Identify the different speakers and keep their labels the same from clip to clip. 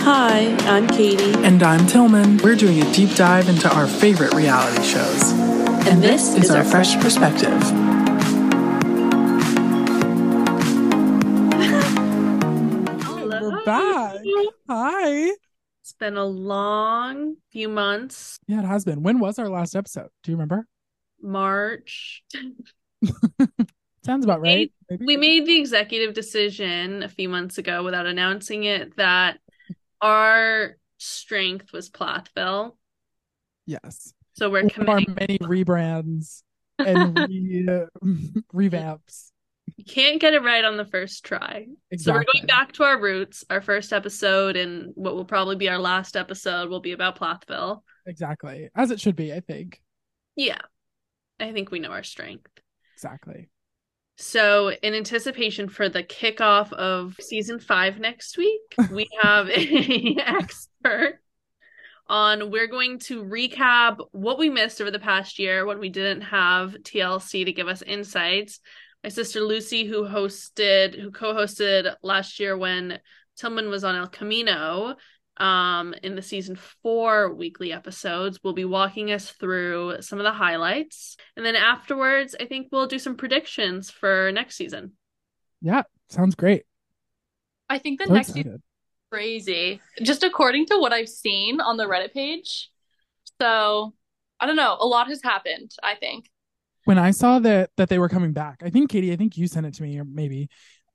Speaker 1: Hi, I'm Katie.
Speaker 2: And I'm Tillman. We're doing a deep dive into our favorite reality shows.
Speaker 1: And, this, is, our fresh
Speaker 2: perspective. We're back. Hi.
Speaker 1: It's been a long few months.
Speaker 2: Yeah, it has been. When was our last episode? Do you remember?
Speaker 1: March.
Speaker 2: Sounds about right. Maybe?
Speaker 1: We made the executive decision a few months ago without announcing it that our strength was Plathville.
Speaker 2: Yes.
Speaker 1: So we're
Speaker 2: One of our
Speaker 1: committing.
Speaker 2: many rebrands and re- uh, revamps.
Speaker 1: You can't get it right on the first try. So we're going back to our roots. Our first episode and what will probably be our last episode will be about Plathville.
Speaker 2: Exactly. As it should be, I think.
Speaker 1: Yeah. I think we know our strength.
Speaker 2: Exactly.
Speaker 1: So, in anticipation for the kickoff of season five next week, we have a expert on. We're going to recap what we missed over the past year when we didn't have TLC to give us insights. My sister Lucy, who hosted, who co-hosted last year when Tillman was on El Camino, um, in the season four weekly episodes, will be walking us through some of the highlights, and then afterwards, I think we'll do some predictions for next season.
Speaker 2: Yeah. Sounds great.
Speaker 3: I think the
Speaker 2: So
Speaker 3: next season
Speaker 2: excited.
Speaker 3: is crazy. Just according to what I've seen on the Reddit page. So I don't know. A lot has happened, I think.
Speaker 2: When I saw that that they were coming back, I think Katie, I think you sent it to me or maybe.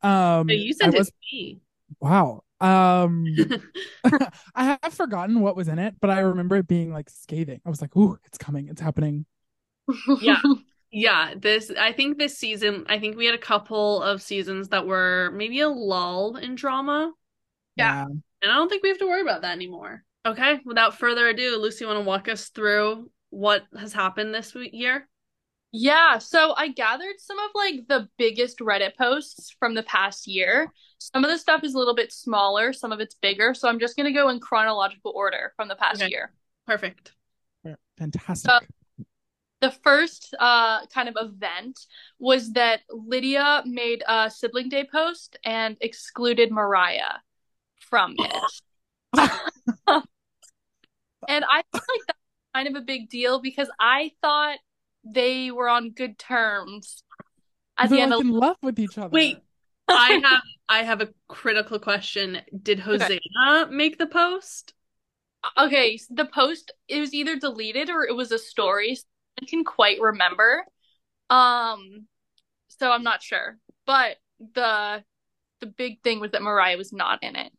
Speaker 2: Um
Speaker 1: So you
Speaker 2: I
Speaker 1: sent
Speaker 2: was
Speaker 1: it to me.
Speaker 2: wow. Um I have forgotten what was in it, but I remember it being like scathing. I was like, ooh, it's coming, it's happening.
Speaker 1: Yeah. Yeah, this I think this season I think we had a couple of seasons that were maybe a lull in drama,
Speaker 3: Yeah.
Speaker 1: and I don't think we have to worry about that anymore. Okay, without further ado, Lucy, want to walk us through what has happened this we- year?
Speaker 3: Yeah, so I gathered some of like the biggest Reddit posts from the past year. Some of the stuff is a little bit smaller, some of it's bigger, so I'm just gonna go in chronological order from the past
Speaker 1: Okay.
Speaker 3: year.
Speaker 1: Perfect.
Speaker 2: Yeah. Fantastic.
Speaker 3: So- The first uh kind of event was that Lydia made a sibling day post and excluded Mariah from it. And I feel like that's kind of a big deal because I thought they were on good terms at
Speaker 2: They're
Speaker 3: the end
Speaker 2: like
Speaker 3: of
Speaker 2: in love with each other.
Speaker 1: Wait, I have I have a critical question. Did Hosanna
Speaker 3: Okay.
Speaker 1: make the post?
Speaker 3: Okay, s- the post it was either deleted or it was a story. so I can quite remember. Um, so I'm not sure. But the the big thing was that Mariah was not in it.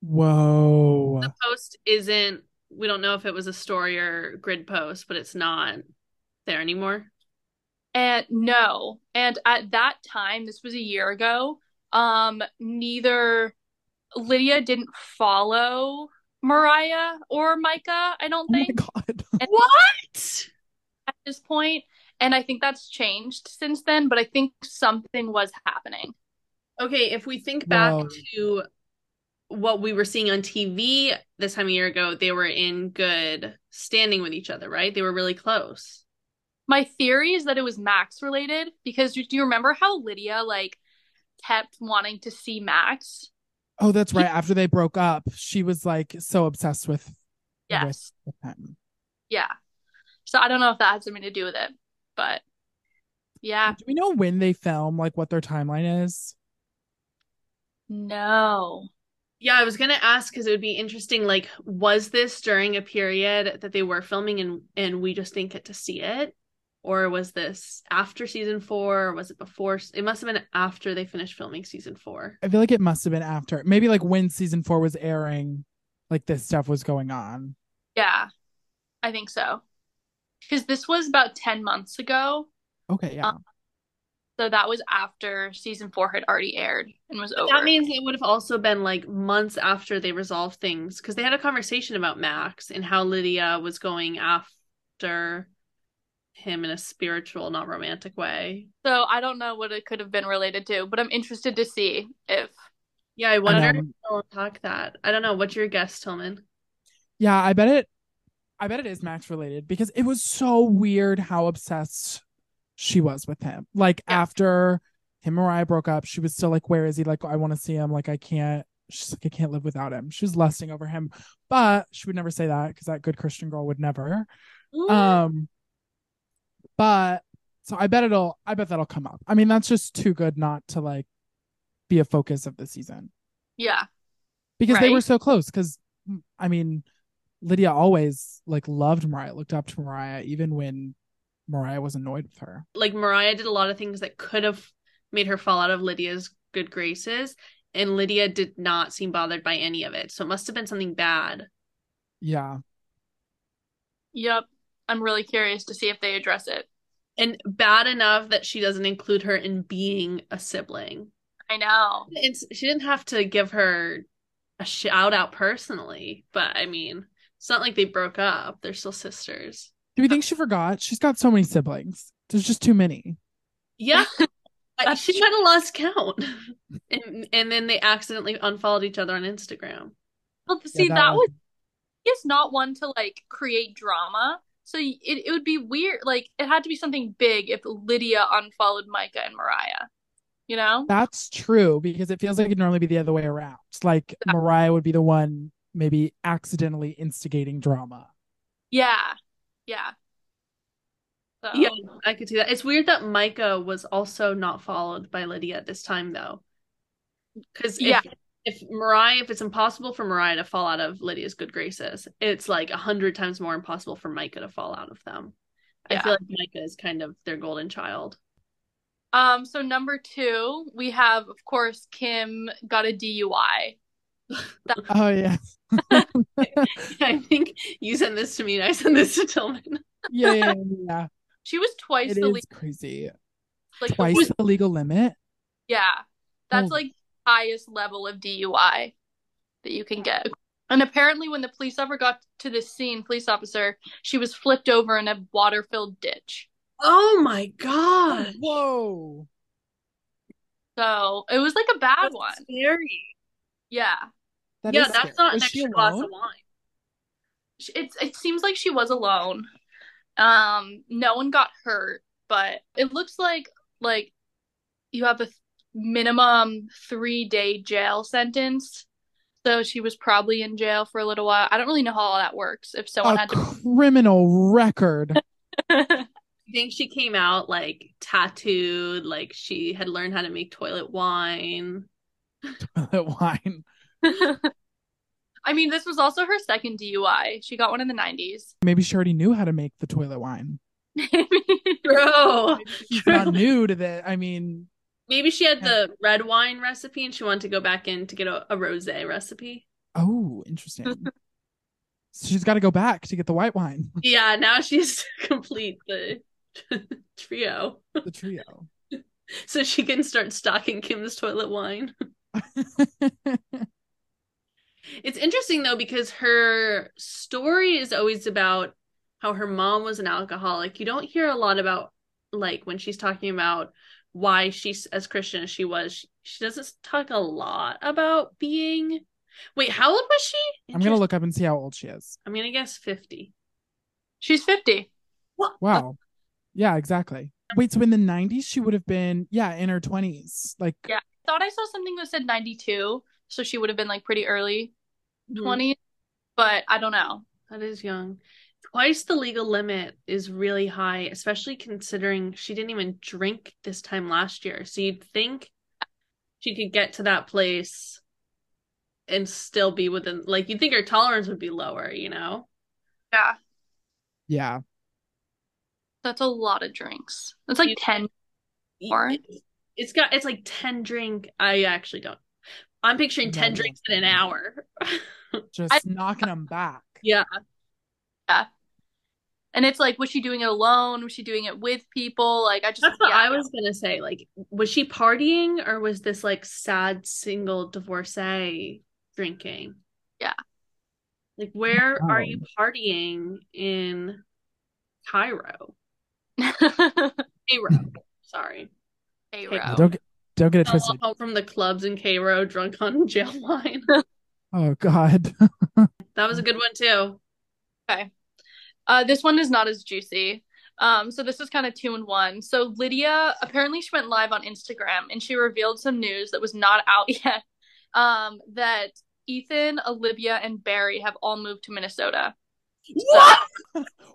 Speaker 2: Whoa.
Speaker 1: The post isn't. We don't know if it was a story or grid post, but it's not there anymore.
Speaker 3: And no, and at that time, this was a year ago, um, neither Lydia didn't follow Mariah or Micah, I don't
Speaker 2: Oh my
Speaker 3: think.
Speaker 2: god.
Speaker 3: And-
Speaker 1: What?
Speaker 3: at this point, and I think that's changed since then, but I think something was happening.
Speaker 1: Okay, if we think back
Speaker 2: Wow.
Speaker 1: to what we were seeing on TV this time a year ago, they were in good standing with each other, right? They were really close.
Speaker 3: My theory is that it was Max related because do you remember how Lydia like kept wanting to see Max?
Speaker 2: Oh, that's right. After they broke up, she was like so obsessed with
Speaker 3: Yes.
Speaker 2: with him.
Speaker 3: Yeah. So I don't know if that has something to do with it, but yeah.
Speaker 2: Do we know when they film, like what their timeline is?
Speaker 3: No.
Speaker 1: Yeah, I was gonna ask because it would be interesting. Like, was this during a period that they were filming and and we just didn't get to see it, or was this after season four? Or was it before? It must have been after they finished filming season four.
Speaker 2: I feel like it must have been after. Maybe like when season four was airing, like this stuff was going on.
Speaker 3: Yeah. I think so. Because this was about 10 months ago.
Speaker 2: Okay, yeah.
Speaker 3: Um, So that was after season four had already aired and was over.
Speaker 1: That means it would have also been like months after they resolved things because they had a conversation about Max and how Lydia was going after him in a spiritual, not romantic way.
Speaker 3: So I don't know what it could have been related to, but I'm interested to see if
Speaker 1: Yeah, I wonder
Speaker 2: know.
Speaker 1: if they'll unpack that. I don't know. What's your guess, Tillman?
Speaker 2: Yeah, I bet it I bet it is Max related because it was so weird how obsessed she was with him. Like
Speaker 3: Yeah.
Speaker 2: after him and Mariah broke up, she was still like, Where is he? Like, I want to see him, like I can't she's like, I can't live without him. She was lusting over him, but she would never say that because that good Christian girl would never.
Speaker 1: Mm.
Speaker 2: Um, but so I bet it'll, I bet that'll come up. I mean, that's just too good not to like be a focus of the season
Speaker 3: yeah.
Speaker 2: because they were
Speaker 3: Right.
Speaker 2: so close. Because I mean, Lydia always like loved Mariah, looked up to Mariah, even when Mariah was annoyed with her.
Speaker 1: like Mariah did a lot of things that could have made her fall out of Lydia's good graces, and Lydia did not seem bothered by any of it. So it must have been something bad.
Speaker 2: Yeah,
Speaker 3: Yep. I'm really curious to see if they address it.
Speaker 1: And bad enough that she doesn't include her in being a sibling.
Speaker 3: I know.
Speaker 1: It's she didn't have to give her a shout out personally, but I mean, it's not like they broke up. They're still sisters.
Speaker 2: do we think she forgot? She's got so many siblings. There's just too many.
Speaker 1: Yeah. I-
Speaker 3: That's
Speaker 1: she kind of lost count. And and then they accidentally unfollowed each other on Instagram.
Speaker 3: Well,
Speaker 2: Yeah,
Speaker 3: see, that, was he is not one to like create drama. So y- it, it would be weird. Like it had to be something big if Lydia unfollowed Micah and Mariah. You know?
Speaker 2: That's true because it feels like it'd normally be the other way around. It's Like Mariah would be the one maybe accidentally instigating drama.
Speaker 3: Yeah. Yeah. So,
Speaker 1: Yeah, I could see that. It's weird that Micah was also not followed by Lydia this time, though. Because if,
Speaker 3: Yeah.
Speaker 1: if Mariah, if it's impossible for Mariah to fall out of Lydia's good graces, it's like a hundred times more impossible for Micah to fall out of them. I
Speaker 3: Yeah.
Speaker 1: feel like Micah is kind of their golden child.
Speaker 3: Um, so number two, we have, of course, Kim got a DUI.
Speaker 2: Oh yeah,
Speaker 1: I think you sent this to me and I sent this to Tillman.
Speaker 2: yeah, yeah, yeah, yeah.
Speaker 3: She was twice
Speaker 2: It
Speaker 3: the lead.
Speaker 2: is crazy.
Speaker 3: Like,
Speaker 2: Twice the legal limit.
Speaker 3: yeah, that's
Speaker 2: Oh.
Speaker 3: like highest level of DUI that you can get. And apparently, when the police officer got to the scene, police officer, she was flipped over in a water-filled ditch.
Speaker 1: Oh my God.
Speaker 2: Whoa.
Speaker 3: So it was like a bad one.
Speaker 1: Scary.
Speaker 3: Yeah,
Speaker 2: That
Speaker 1: yeah,
Speaker 2: is
Speaker 1: that's
Speaker 2: scary.
Speaker 1: not an
Speaker 2: Was she
Speaker 1: extra glass
Speaker 2: alone?
Speaker 1: of wine.
Speaker 3: She- it's it seems like she was alone. Um, no one got hurt, but it looks like like you have a th- minimum three day jail sentence. So she was probably in jail for a little while. I don't really know how all that works. If someone
Speaker 2: a
Speaker 3: had to
Speaker 2: criminal record.
Speaker 1: I think she came out like tattooed, like she had learned how to make toilet wine.
Speaker 2: wine.
Speaker 3: I mean, this was also her second DUI. She got one in the 90s.
Speaker 2: Maybe she already knew how to make the toilet wine.
Speaker 1: Bro,
Speaker 2: She's not new to that. I mean,
Speaker 1: maybe she had the red wine recipe and she wanted to go back in to get a, a rosé recipe.
Speaker 2: oh, interesting. So she's got to go back to get the white wine,
Speaker 1: Yeah, now she's to complete the trio,
Speaker 2: the trio.
Speaker 1: so she can start stocking Kim's toilet wine. It's interesting though because her story is always about how her mom was an alcoholic. You don't hear a lot about like when she's talking about why she's as Christian as she was. She, she doesn't talk a lot about being. Wait, how old was she?
Speaker 2: I'm gonna look up and see how old she is.
Speaker 1: I'm gonna guess fifty.
Speaker 3: She's 50.
Speaker 2: Wow. Yeah, exactly. Wait, so in the 90s she would have been yeah in her 20s, like
Speaker 3: Yeah. Thought I saw something that said 92, so she would have been like pretty early
Speaker 1: Mm-hmm.
Speaker 3: 20, but I don't know.
Speaker 1: That is young. Twice the legal limit is really high, especially considering she didn't even drink this time last year. So you'd think she could get to that place and still be within, like, you'd think her tolerance would be lower, you know?
Speaker 3: Yeah.
Speaker 2: yeah.
Speaker 3: That's a lot of drinks. That's like
Speaker 1: You-
Speaker 3: 10 more.
Speaker 1: It's got, it's like 10 drink. I actually don't. I'm picturing
Speaker 2: No,
Speaker 1: 10
Speaker 2: no.
Speaker 1: drinks in an hour.
Speaker 2: Just knocking them back.
Speaker 1: Yeah.
Speaker 3: And it's like, was she doing it alone? Was she doing it with people? Like, I just,
Speaker 1: That's what
Speaker 3: yeah.
Speaker 1: I was gonna say. Like, was she partying or was this like sad single divorcee drinking?
Speaker 3: Yeah.
Speaker 1: Like, where are
Speaker 2: Wow.
Speaker 1: you partying in Cairo? Cairo. Sorry.
Speaker 3: Cairo.
Speaker 2: Don't get don't get it
Speaker 1: Fell
Speaker 2: twisted.
Speaker 1: home from the clubs in Cairo, drunk on jail wine.
Speaker 2: Oh God.
Speaker 1: That was a good one too.
Speaker 3: Uh, this one is not as juicy. Um, so this is kind of two and one. So Lydia apparently she went live on Instagram and she revealed some news that was not out yet. um, that Ethan, Olivia, and Barry have all moved to Minnesota.
Speaker 2: What?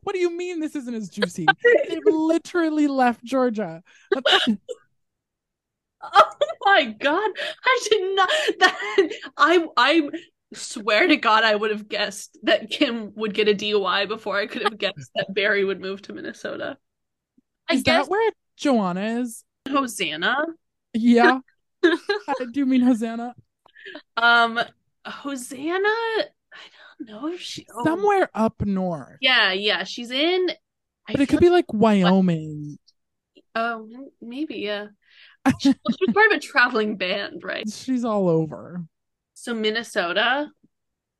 Speaker 2: what do you mean this isn't as juicy? They've literally left Georgia.
Speaker 1: Oh my god. I did not that I I swear to god I would have guessed that Kim would get a DUI before I could have guessed that Barry would move to Minnesota.
Speaker 3: I
Speaker 2: Is
Speaker 3: guess
Speaker 2: that where Joanna is?
Speaker 1: Hosanna.
Speaker 2: Yeah. I do mean Hosanna.
Speaker 1: Um Hosanna, I don't know if she oh,
Speaker 2: Somewhere up north.
Speaker 1: Yeah, yeah, she's in I
Speaker 2: But it
Speaker 1: feel
Speaker 2: could be like Wyoming.
Speaker 1: Oh, m- maybe, yeah. She, well, she was part of a traveling band, right?
Speaker 2: She's all over.
Speaker 1: So Minnesota.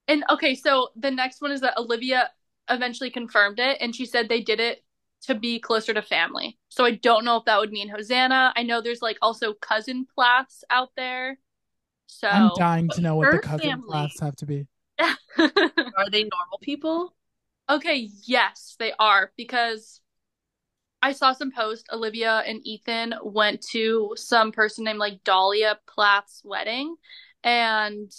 Speaker 3: and okay, so the next one is that Olivia eventually confirmed it, and she said they did it to be closer to family. So I don't know if that would mean Hosanna. I know there's like also cousin Plaths out there. So
Speaker 2: I'm dying to know what the
Speaker 1: Oh, her
Speaker 2: cousin
Speaker 1: family-
Speaker 2: class have to be.
Speaker 1: Are they normal people?
Speaker 3: Okay, yes, they are because I saw some post Olivia and Ethan went to some person named like Dahlia Plath's wedding and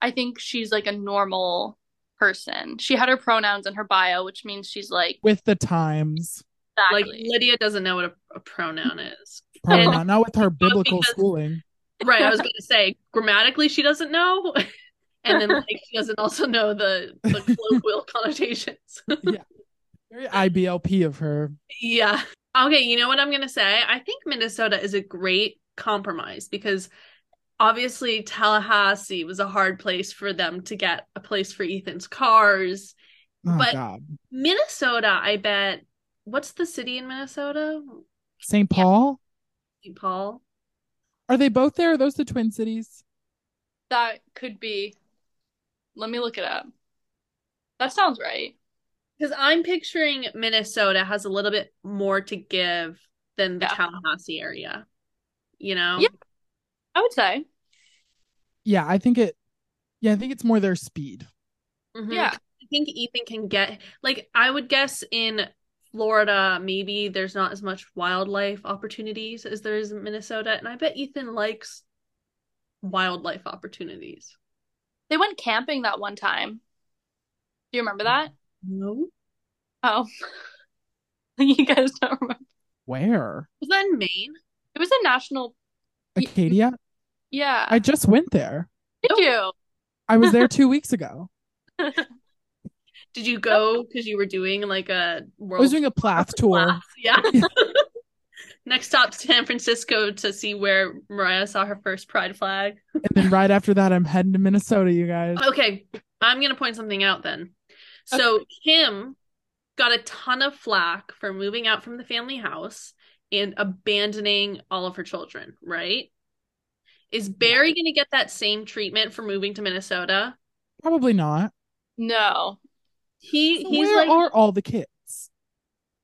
Speaker 3: I think she's like a normal person. She had her pronouns in her bio, which means she's like
Speaker 2: With the times.
Speaker 1: Like
Speaker 3: exactly.
Speaker 1: Lydia doesn't know what a, a pronoun is.
Speaker 2: Probably
Speaker 1: And-
Speaker 2: not, not with her biblical
Speaker 1: because-
Speaker 2: schooling.
Speaker 1: Right, I was going to say grammatically she doesn't know, and then like she doesn't also know the the colloquial connotations.
Speaker 2: Very IBLP of her.
Speaker 1: yeah. Okay, you know what I'm going to say? I think Minnesota is a great compromise because obviously Tallahassee was a hard place for them to get a place for Ethan's cars.
Speaker 2: Oh
Speaker 1: But-
Speaker 2: god.
Speaker 1: Minnesota, I bet. What's the city in Minnesota?
Speaker 2: St. Paul?
Speaker 1: St. Paul.
Speaker 2: Are they both there? Are those the twin cities?
Speaker 3: that could be Let me look it up. That sounds right.
Speaker 1: Because I'm picturing Minnesota has a little bit more to give than the
Speaker 3: Yeah.
Speaker 1: Tallahassee area. You know?
Speaker 3: Yeah. I would say.
Speaker 2: Yeah, I think it yeah, I think it's more their speed.
Speaker 1: Mhm.
Speaker 3: Mm-hmm. Yeah.
Speaker 1: I think Ethan can get, like, I would guess in Florida, maybe there's not as much wildlife opportunities as there is in Minnesota. And I bet Ethan likes wildlife opportunities.
Speaker 3: They went camping that one time. Do you remember that?
Speaker 1: No.
Speaker 3: Oh. you guys don't remember.
Speaker 2: Where?
Speaker 1: Was that in Maine?
Speaker 3: It was a national. Y-
Speaker 2: Acadia?
Speaker 3: Yeah.
Speaker 2: I just went there.
Speaker 3: Did you?
Speaker 2: I was there two weeks ago.
Speaker 1: Did you go because you were doing like a
Speaker 2: I
Speaker 1: world
Speaker 2: was doing a Plath tour.
Speaker 1: Wow, Yeah. Next stop, San Francisco to see where Mariah saw her first pride flag.
Speaker 2: And then right after that I'm heading to Minnesota, you guys.
Speaker 1: Okay, I'm going to point something out then. So, Kim got a ton of flack for moving out from the family house and abandoning all of her children, right? Is Barry going to get that same treatment for moving to Minnesota?
Speaker 2: Probably not.
Speaker 3: No.
Speaker 1: He
Speaker 2: So
Speaker 1: he's
Speaker 2: where
Speaker 1: like
Speaker 2: are all the kids?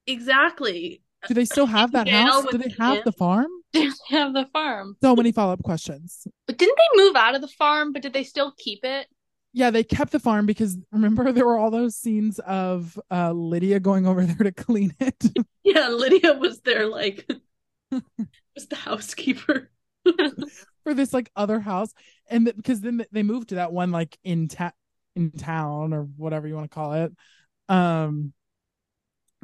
Speaker 1: exactly.
Speaker 2: Do they still have that
Speaker 1: jail
Speaker 2: house? Do
Speaker 1: with
Speaker 2: they
Speaker 1: the
Speaker 2: have
Speaker 1: kid?
Speaker 2: the farm?
Speaker 3: Did they have the farm?
Speaker 2: So many follow up questions.
Speaker 3: But didn't they move out of the farm, but did they still keep it?
Speaker 2: Yeah, they kept the farm because remember there were all those scenes of uh, Lydia going over there to clean it.
Speaker 1: Yeah, Lydia was there like was the housekeeper.
Speaker 2: for this like other house and th- because then th- they moved to that one like in ta- in town or whatever you want to call it um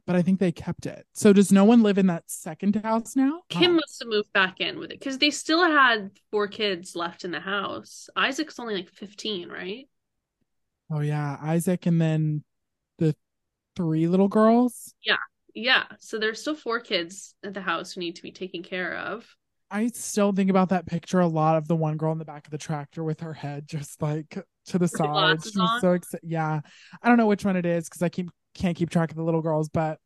Speaker 2: but i think they kept it so does no one live in that second house now
Speaker 1: Kim
Speaker 2: Oh,
Speaker 1: must have moved back in with it because they still had four kids left in the house. Isaac's only like 15, right?
Speaker 2: oh yeah isaac and then the three little girls
Speaker 1: Yeah. So there's still four kids at the house who need to be taken care of.
Speaker 2: i still think about that picture a lot of the one girl in the back of the tractor with her head just like to the side
Speaker 1: glasses
Speaker 2: she was
Speaker 1: on.
Speaker 2: so excited yeah i don't know which one it is because i keep can't keep track of the little girls but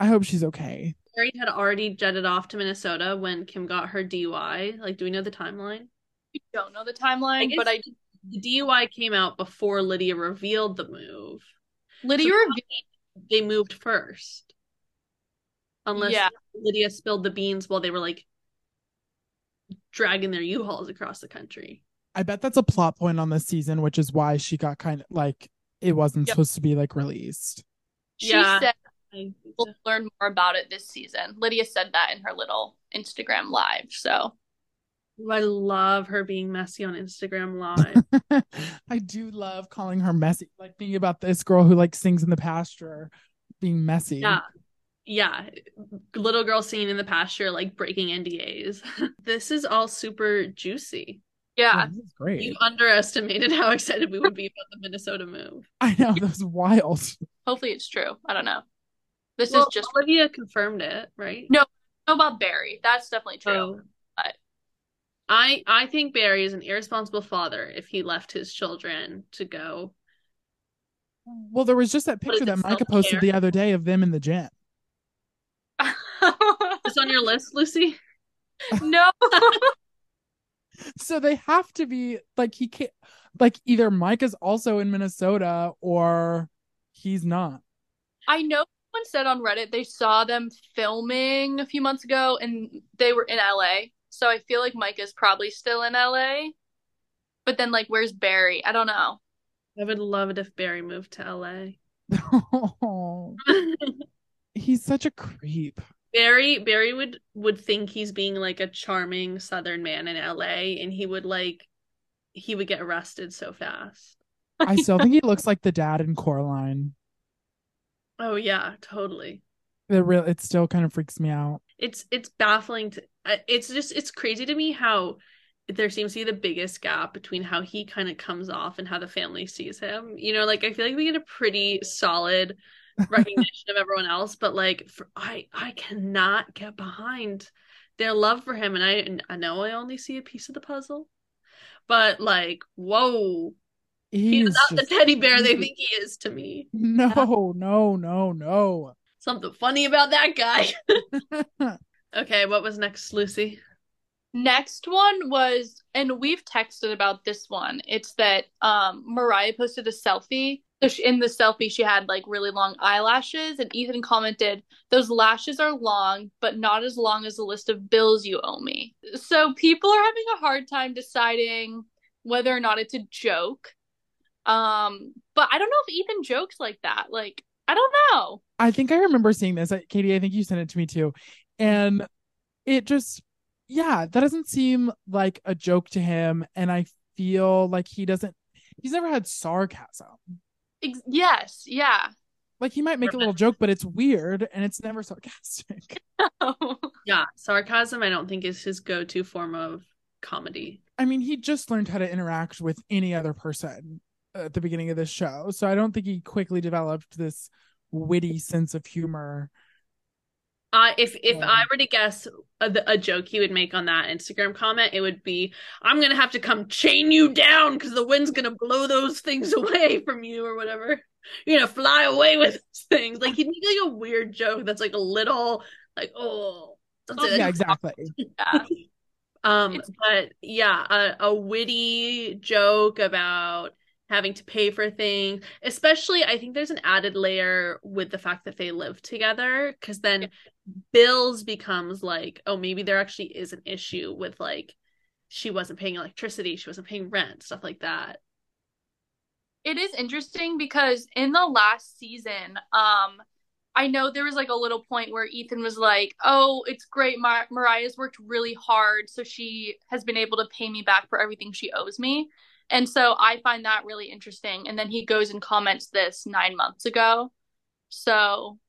Speaker 2: i hope she's okay
Speaker 1: Mary had already jetted off to Minnesota when Kim got her DUI. Like, do we know the timeline?
Speaker 3: I don't know the
Speaker 1: I
Speaker 3: timeline,
Speaker 1: guess
Speaker 3: but I
Speaker 1: the DUI came out before Lydia revealed the move.
Speaker 3: Lydia
Speaker 1: So
Speaker 3: revealed
Speaker 1: They moved first. Unless
Speaker 3: Yeah.
Speaker 1: Lydia spilled the beans while they were like dragging their U-Hauls across the country.
Speaker 2: I bet that's a plot point on this season, which is why she got kind of like it wasn't
Speaker 3: Yep.
Speaker 2: supposed to be like released.
Speaker 3: she
Speaker 1: Yeah.
Speaker 3: said
Speaker 1: I-
Speaker 3: we'll learn more about it this season. Lydia said that in her little Instagram live. So
Speaker 1: Ooh, I love her being messy on Instagram Live.
Speaker 2: I do love calling her messy, like being about this girl who like sings in the pasture, being messy.
Speaker 1: Yeah. Yeah. Little girl singing in the pasture, like breaking NDAs. this is all super juicy.
Speaker 3: Yeah.
Speaker 2: this is great.
Speaker 1: You underestimated how excited we would be about the Minnesota move.
Speaker 2: I know that was wild.
Speaker 3: Hopefully it's true. I don't know. This
Speaker 1: Well,
Speaker 3: is just
Speaker 1: Olivia confirmed it, right?
Speaker 3: No, I don't know about Barry. That's definitely true.
Speaker 1: So,
Speaker 3: but-
Speaker 1: I I think Barry is an irresponsible father if he left his children to go.
Speaker 2: Well, there was just that
Speaker 1: What is
Speaker 2: picture
Speaker 1: it,
Speaker 2: that Micah
Speaker 1: self-care?
Speaker 2: posted the other day of them in the gym.
Speaker 1: Is this on your list, Lucy?
Speaker 3: Oh. no.
Speaker 2: So they have to be like he can't like either Micah's also in Minnesota or he's not.
Speaker 3: I know someone said on Reddit they saw them filming a few months ago and they were in LA. So I feel like Mike is probably still in LA. But then like where's Barry? I don't know.
Speaker 1: I would love it if Barry moved to LA.
Speaker 2: oh, he's such a creep.
Speaker 1: Barry Barry would would think he's being like a charming southern man in LA and he would like he would get arrested so fast.
Speaker 2: I still think he looks like the dad in Coraline.
Speaker 1: Oh yeah, totally.
Speaker 2: The real it still kind of freaks me out.
Speaker 1: It's it's baffling to I- it's just it's crazy to me how there seems to be the biggest gap between how he kind of comes off and how the family sees him. You know, like I feel like we get a pretty solid recognition of everyone else, but like for, I I cannot get behind their love for him, and I I know I only see a piece of the puzzle, but like whoa, he's,
Speaker 2: He's
Speaker 1: not
Speaker 2: just,
Speaker 1: the teddy bear they think he is to me.
Speaker 2: no, no, no, no.
Speaker 1: Something funny about that guy. okay, what was next, Lucy?
Speaker 3: Next one was, and we've texted about this one. It's that um, Mariah posted a selfie. So she, in the selfie, she had like really long eyelashes, and Ethan commented, "Those lashes are long, but not as long as the list of bills you owe me." So people are having a hard time deciding whether or not it's a joke. Um, but I don't know if Ethan jokes like that. Like, I don't know.
Speaker 2: I think I remember seeing this. I- Katie, I think you sent it to me too. And it just, yeah, that doesn't seem like a joke to him. And I feel like he doesn't, he's never had sarcasm.
Speaker 3: Ex- yes, yeah.
Speaker 2: Like he might make a little joke, but it's weird and it's never sarcastic.
Speaker 1: Yeah, sarcasm I don't think is his go-to form of comedy.
Speaker 2: I mean, he just learned how to interact with any other person at the beginning of this show. So I don't think he quickly developed this witty sense of humor.
Speaker 1: Uh, if if
Speaker 2: Yeah.
Speaker 1: I were to guess a, the- a joke he would make on that Instagram comment, it would be, "I'm gonna have to come chain you down because the wind's gonna blow those things away from you or whatever. You're gonna fly away with those things." Like he'd make like a weird joke that's like a little like, "Oh, don't say that
Speaker 2: Yeah,
Speaker 1: to
Speaker 2: exactly.
Speaker 3: yeah.
Speaker 1: Um,
Speaker 3: It's-
Speaker 1: but yeah, a, a witty joke about having to pay for things. Especially, I think there's an added layer with the fact that they live together, because then bills becomes like, oh, maybe there actually is an issue with like she wasn't paying electricity, she wasn't paying rent, stuff like that.
Speaker 3: it is interesting because in the last season, um, I know there was like a little point where Ethan was like, "Oh, it's great. Mar- Mariah's worked really hard, so she has been able to pay me back for everything she owes me." And so I find that really interesting. And then he goes and comments this nine months ago. So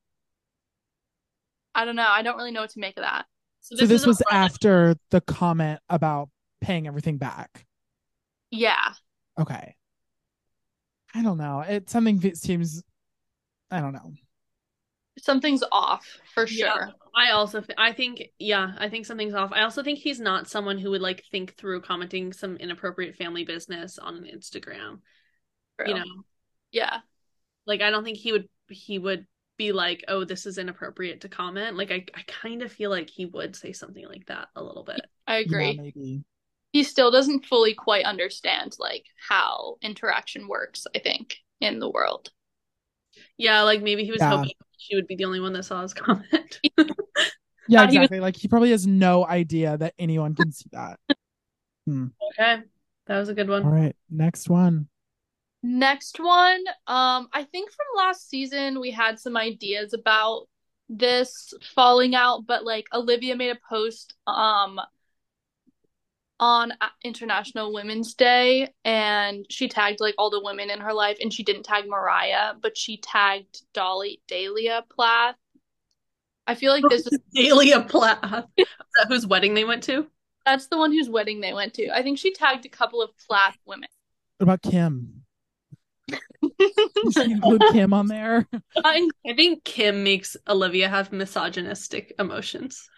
Speaker 3: I don't know. I don't really know what to make of that.
Speaker 2: So this
Speaker 1: is a
Speaker 2: was
Speaker 1: lot-
Speaker 2: after the comment about paying everything back.
Speaker 3: Yeah,
Speaker 2: Okay. I don't know. It's something that seems, I don't know.
Speaker 3: something's off for sure.
Speaker 1: Yeah, I also th- I think yeah, I think something's off. I also think he's not someone who would like think through commenting some inappropriate family business on an Instagram, you
Speaker 3: True.
Speaker 1: know.
Speaker 3: Yeah.
Speaker 1: like i don't think he would he would be like oh this is inappropriate to comment like i, I kind of feel like he would say something like that a little bit
Speaker 3: I agree.
Speaker 2: Yeah, maybe.
Speaker 3: he still doesn't fully quite understand like how interaction works i think in the world
Speaker 1: yeah like maybe he was
Speaker 2: Yeah.
Speaker 1: hoping she would be the only one that saw his comment
Speaker 2: Yeah,
Speaker 1: Uh, he was-
Speaker 2: exactly. Like he probably has no idea that anyone can see that.
Speaker 1: okay that was a good
Speaker 2: All
Speaker 1: one
Speaker 2: right, next one.
Speaker 3: next one um i think from last season we had some ideas about this falling out but like olivia made a post um on uh, International Women's Day and she tagged like all the women in her life and she didn't tag Mariah, but she tagged Dolly Dahlia Plath. I feel like this is
Speaker 1: Dahlia Plath. Is that whose wedding they went to?
Speaker 3: that's the one whose wedding they went to. I think she tagged a couple of Plath women.
Speaker 2: What about Kim? Did she include Kim on there?
Speaker 3: I-
Speaker 1: I think Kim makes Olivia have misogynistic emotions.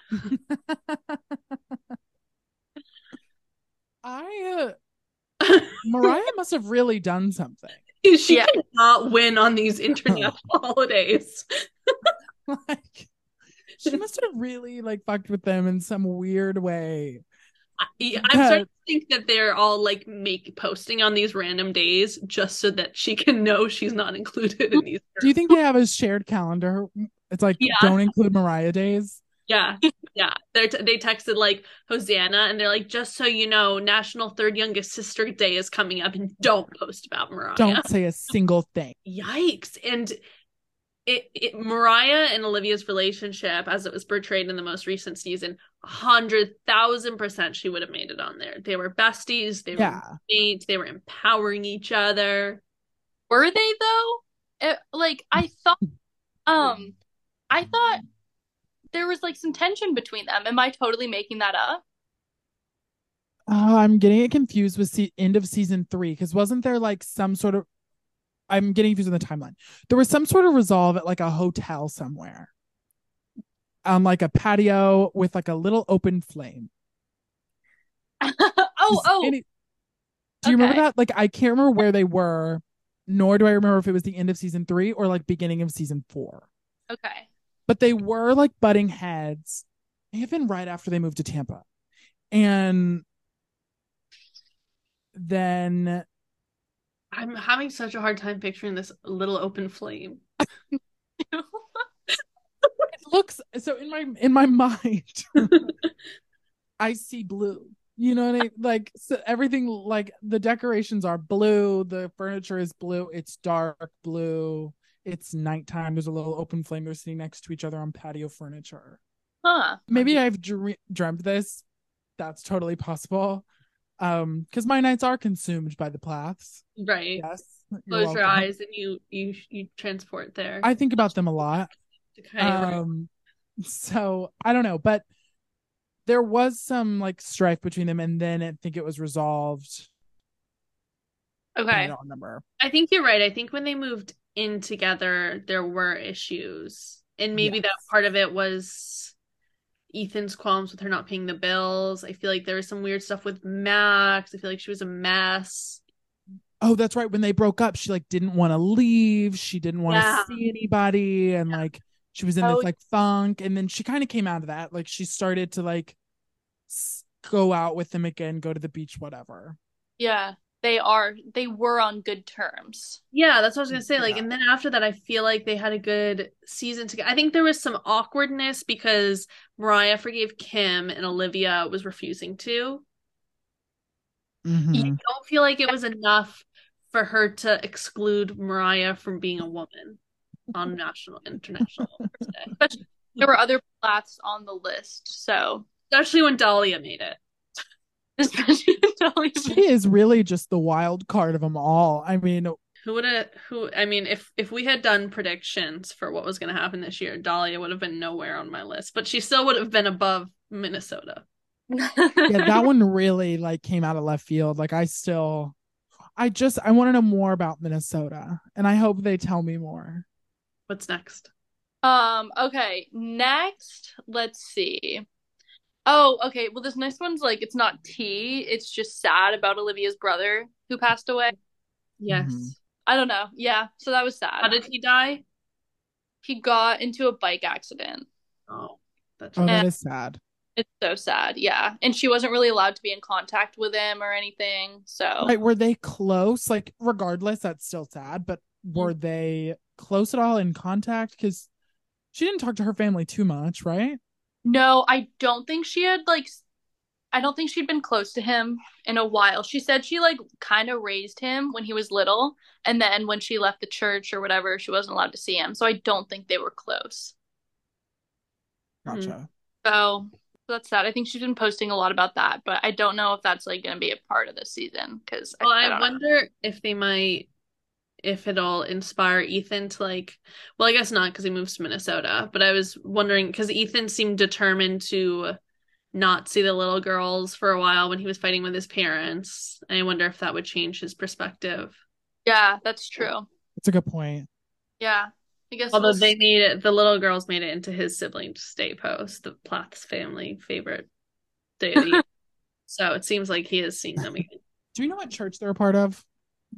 Speaker 2: I uh, Mariah must have really done something.
Speaker 1: She
Speaker 3: Yeah.
Speaker 1: cannot win on these international holidays.
Speaker 2: Like she must have really like fucked with them in some weird way.
Speaker 1: I, I'm
Speaker 2: Yeah.
Speaker 1: starting to think that they're all like make posting on these random days just so that she can know she's not included in these.
Speaker 2: Do you think they have a shared calendar? It's like
Speaker 1: Yeah.
Speaker 2: don't include Mariah days.
Speaker 1: Yeah, yeah. They're t- they texted like Hosanna, and they're like, just so you know, National Third Youngest Sister Day is coming up, and don't post about Mariah.
Speaker 2: Don't say a single thing.
Speaker 1: Yikes! And it, it Mariah and Olivia's relationship, as it was portrayed in the most recent season, hundred thousand percent, she would have made it on there. They were besties. They
Speaker 2: Yeah.
Speaker 1: were mates. They were empowering each other.
Speaker 3: were they though? It- like I thought um I thought there was like some tension between them. Am I totally making that up?
Speaker 2: Oh, I'm getting it confused with se- end of season three because wasn't there like some sort of? I'm getting confused in the timeline. There was some sort of resolve at like a hotel somewhere, on like a patio with like a little open flame.
Speaker 3: oh,
Speaker 2: Is
Speaker 3: oh,
Speaker 2: any- do you remember
Speaker 3: okay.
Speaker 2: that? Like, I can't remember where they were, nor do I remember if it was the end of season three or like beginning of season four.
Speaker 3: okay.
Speaker 2: But they were like butting heads. May have been right after they moved to Tampa, and then
Speaker 1: I'm having such a hard time picturing this little open flame.
Speaker 2: it looks so in my in my mind i see blue you know what i mean like so everything like the decorations are blue the furniture is blue it's dark blue it's nighttime there's a little open flame they're sitting next to each other on patio furniture
Speaker 3: Huh.
Speaker 2: maybe i've dre- dreamt this that's totally possible um because my nights are consumed by the plaths
Speaker 1: Right.
Speaker 2: yes you're
Speaker 1: Close your
Speaker 2: welcome.
Speaker 1: eyes and you you you transport there.
Speaker 2: i think about them a lot
Speaker 1: Okay, right.
Speaker 2: um so i don't know but there was some like strife between them and then i think it was resolved but i
Speaker 3: Okay.
Speaker 2: don't remember
Speaker 1: I think you're right. I think when they moved in together, there were issues, and maybe that
Speaker 2: Yes.
Speaker 1: part of it was Ethan's qualms with her not paying the bills. I feel like there was some weird stuff with Max. I feel like she was a mess.
Speaker 2: oh that's right when they broke up she like didn't want to leave she didn't want to
Speaker 1: Yeah.
Speaker 2: see anybody and like she was in
Speaker 3: Oh.
Speaker 2: this like funk and then she kind of came out of that like she started to like s- go out with them again go to the beach whatever
Speaker 3: Yeah. They are they were on good terms.
Speaker 1: Yeah, that's what I was gonna say. Like,
Speaker 2: Yeah.
Speaker 1: and then after that, I feel like they had a good season together. I think there was some awkwardness because Mariah forgave Kim and Olivia was refusing to. You
Speaker 2: Mhm.
Speaker 1: don't feel like it was enough for her to exclude Mariah from being a woman on National International Women's Day,
Speaker 3: There were other Plaths on the list, so
Speaker 1: especially when Dahlia made it.
Speaker 3: especially Dolly.
Speaker 2: she is really just the wild card of them all i mean
Speaker 1: Who would have? Who? I mean, if if we had done predictions for what was gonna happen this year, Dahlia would have been nowhere on my list, but she still would have been above Minnesota.
Speaker 2: yeah, that one really like came out of left field. Like I still I just I want to know more about Minnesota and I hope they tell me more.
Speaker 1: What's next?
Speaker 3: Um, okay, next, let's see. Oh, okay. Well, this next one's like it's not tea, it's just sad about Olivia's brother who passed away.
Speaker 1: Yes.
Speaker 2: Mhm.
Speaker 3: I don't know. Yeah, so that was sad.
Speaker 1: How did he die?
Speaker 3: He got into a bike accident.
Speaker 1: Oh, that's
Speaker 2: Oh, that is sad.
Speaker 3: It's so sad. Yeah. And she wasn't really allowed to be in contact with him or anything. So,
Speaker 2: Right, were they close? Like regardless, that's still sad, but were they close at all in contact cuz she didn't talk to her family too much, right?
Speaker 3: no, I don't think she had like s- I don't think she'd been close to him in a while. She said she like kind of raised him when he was little, and then when she left the church or whatever, she wasn't allowed to see him. So I don't think they were close.
Speaker 1: Mhm.
Speaker 2: Gotcha.
Speaker 3: So So that's sad. I think she's been posting a lot about that, but I don't know if that's like going to be a part of this season because
Speaker 1: Well, I, wonder if they might, if at all, inspire Ethan to like. Well, I guess not because he moves to Minnesota. But I was wondering because Ethan seemed determined to not see the little girls for a while when he was fighting with his parents, and I wonder if that would change his perspective.
Speaker 3: Yeah, that's true.
Speaker 2: That's a good point.
Speaker 3: Yeah, I guess.
Speaker 1: Although
Speaker 3: we'll
Speaker 1: they
Speaker 3: s-
Speaker 1: made it, the little girls made it into his sibling stay post, the Plath's family favorite day of the year. So it seems like he is seeing them again.
Speaker 2: Do you know what church they're a part of?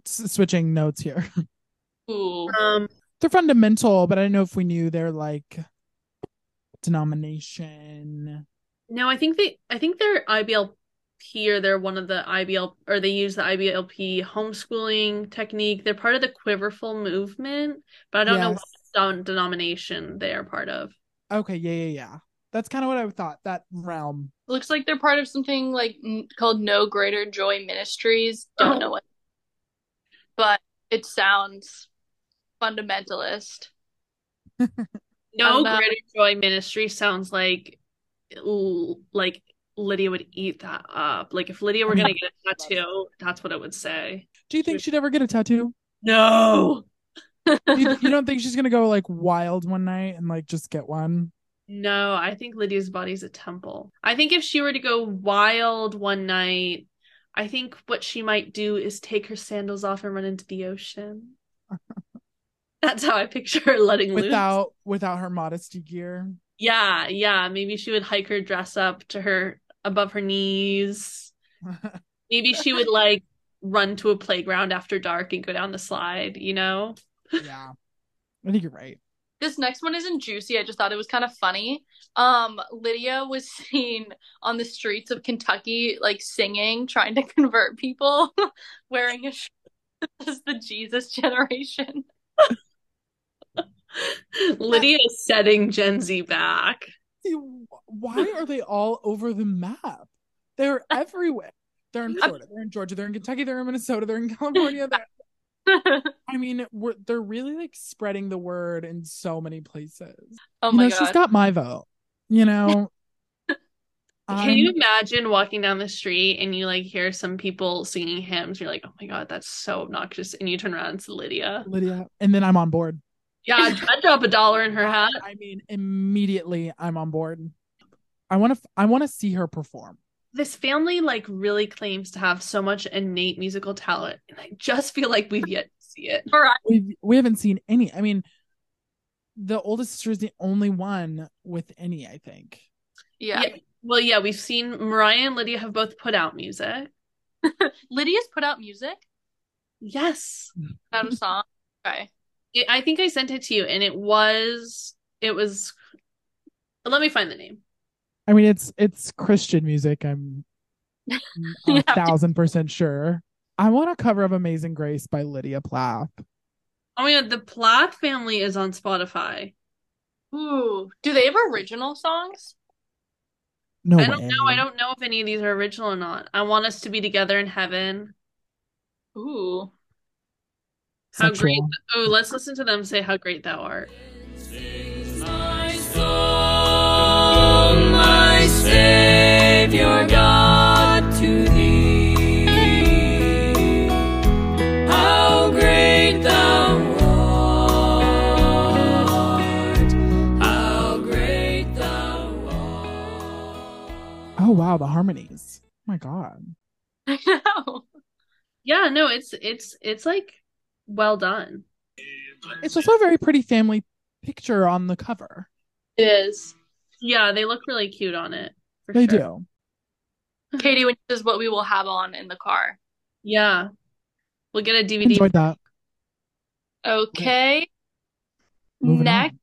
Speaker 2: S- switching notes here.
Speaker 3: Ooh.
Speaker 1: Um,
Speaker 2: They're fundamental, but I don't know if we knew their like denomination.
Speaker 1: No, I think they I think they're IBLP or they're one of the IBL or they use the IBLP homeschooling technique. They're part of the Quiverful movement, but I don't know
Speaker 2: Yes.
Speaker 1: what den- denomination they are part of.
Speaker 2: Okay, yeah, yeah, yeah. That's kind of what I thought. That realm.
Speaker 3: Looks like they're part of something like n- called No Greater Joy Ministries. Don't know what, but it sounds fundamentalist.
Speaker 1: No
Speaker 3: Um, uh,
Speaker 1: Greater Joy Ministry sounds like l- like Lydia would eat that up. Like if Lydia were gonna get a tattoo, that's what it would say.
Speaker 2: Do you think she'd ever get a tattoo?
Speaker 1: No.
Speaker 2: You, you don't think she's gonna go like wild one night and like just get one?
Speaker 1: No, I think Lydia's body's a temple. I think if she were to go wild one night, I think what she might do is take her sandals off and run into the ocean. That's how I picture her letting loose.
Speaker 2: without without her modesty gear.
Speaker 1: Yeah, yeah. Maybe she would hike her dress up to her above her knees. Maybe she would like run to a playground after dark and go down the slide, you know?
Speaker 2: yeah, I think you're right.
Speaker 3: This next one isn't juicy. I just thought it was kind of funny. Um, Lydia was seen on the streets of Kentucky, like singing, trying to convert people, wearing a shirt that says the Jesus generation.
Speaker 1: Lydia is setting Gen Z back.
Speaker 2: See, wh- Why are they all over the map? They're everywhere. They're in Florida. They're in Georgia. They're in Kentucky. They're in Minnesota. They're in California. They're,
Speaker 3: oh
Speaker 2: I mean, we're, they're really like spreading the word in so many places. you
Speaker 3: my
Speaker 2: know,
Speaker 3: god.
Speaker 2: she's got my vote. You know,
Speaker 1: Oh Can you imagine walking down the street and you like hear some people singing hymns? You're like, oh my god, that's so obnoxious. And you turn around, it's Lydia.
Speaker 2: I'm Lydia? And then I'm on board.
Speaker 1: Yeah, I'd, I'd drop a dollar in her hat.
Speaker 2: I mean, immediately I'm on board. I want to. I want to see her perform.
Speaker 1: This family like really claims to have so much innate musical talent, and I just feel like we've yet to see it.
Speaker 3: All right.
Speaker 2: we we haven't seen any. I mean, the oldest sister is the only one with any. I think.
Speaker 3: Yeah.
Speaker 1: Yeah. Well, yeah, we've seen Mariah and Lydia have both put out music.
Speaker 3: Lydia's put out music.
Speaker 1: Yes,
Speaker 3: Found a song. Okay.
Speaker 1: It- I think I sent it to you, and it was it was. Let me find the name.
Speaker 2: I mean, it's it's Christian music. I'm
Speaker 3: You
Speaker 2: a
Speaker 3: have to-
Speaker 2: thousand percent sure. I want a cover of "Amazing Grace" by Lydia Plath.
Speaker 1: Oh my god, the Plath family is on Spotify.
Speaker 3: Ooh. Do they have original songs?
Speaker 2: No
Speaker 1: I don't
Speaker 2: way.
Speaker 1: know. I don't know if any of these are original or not. I want us to be together in heaven.
Speaker 3: Ooh.
Speaker 1: How
Speaker 2: Sexual.
Speaker 1: great. Oh, let's listen to them say how great thou art.
Speaker 4: Sings my soul, my Savior God, to thee. How great thou art! How great thou art!
Speaker 2: Oh wow, the harmonies. Oh my god.
Speaker 3: I know.
Speaker 1: Yeah, no, it's it's it's like well done.
Speaker 2: It's also a very pretty family picture on the cover.
Speaker 3: It is.
Speaker 1: Yeah, they look really cute on it. For
Speaker 2: They
Speaker 1: sure.
Speaker 2: do.
Speaker 3: Katie, when she says what we will have on in the car.
Speaker 1: Yeah. We'll get a DVD.
Speaker 2: Enjoyed that.
Speaker 3: Okay.
Speaker 2: Moving on.
Speaker 3: Next.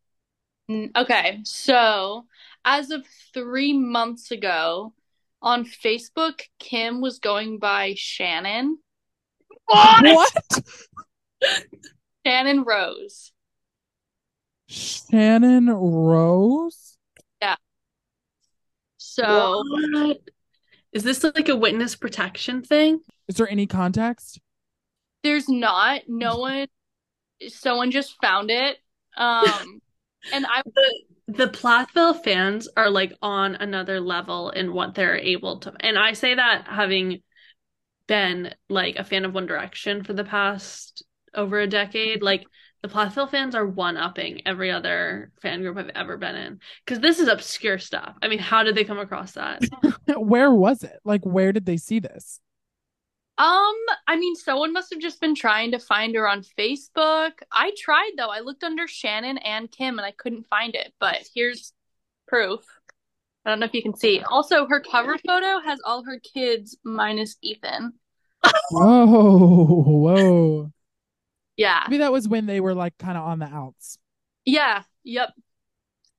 Speaker 3: Mm, Okay, so as of three months ago, on Facebook, Kim was going by Shannon.
Speaker 2: What?
Speaker 3: Shannon Rose.
Speaker 2: Shannon Rose.
Speaker 3: So
Speaker 1: What? Is this like a witness protection thing?
Speaker 2: Is there any context?
Speaker 3: there's not, no one, someone just found it. Um, And I
Speaker 1: the Plathville fans are like on another level in what they're able to. And I say that having been like a fan of One Direction for the past over a decade, like the Plathville fans are one upping every other fan group I've ever been in. Because this is obscure stuff. I mean, how did they come across that?
Speaker 2: where was it? Like, where did they see this?
Speaker 3: um I mean someone must have just been trying to find her on Facebook. I tried though. I looked under Shannon and Kim and I couldn't find it, but here's proof. I don't know if you can see. Also, her cover photo has all her kids minus Ethan.
Speaker 2: Whoa, whoa.
Speaker 3: Yeah.
Speaker 2: Maybe that was when they were like kind of on the outs.
Speaker 3: Yeah. Yep.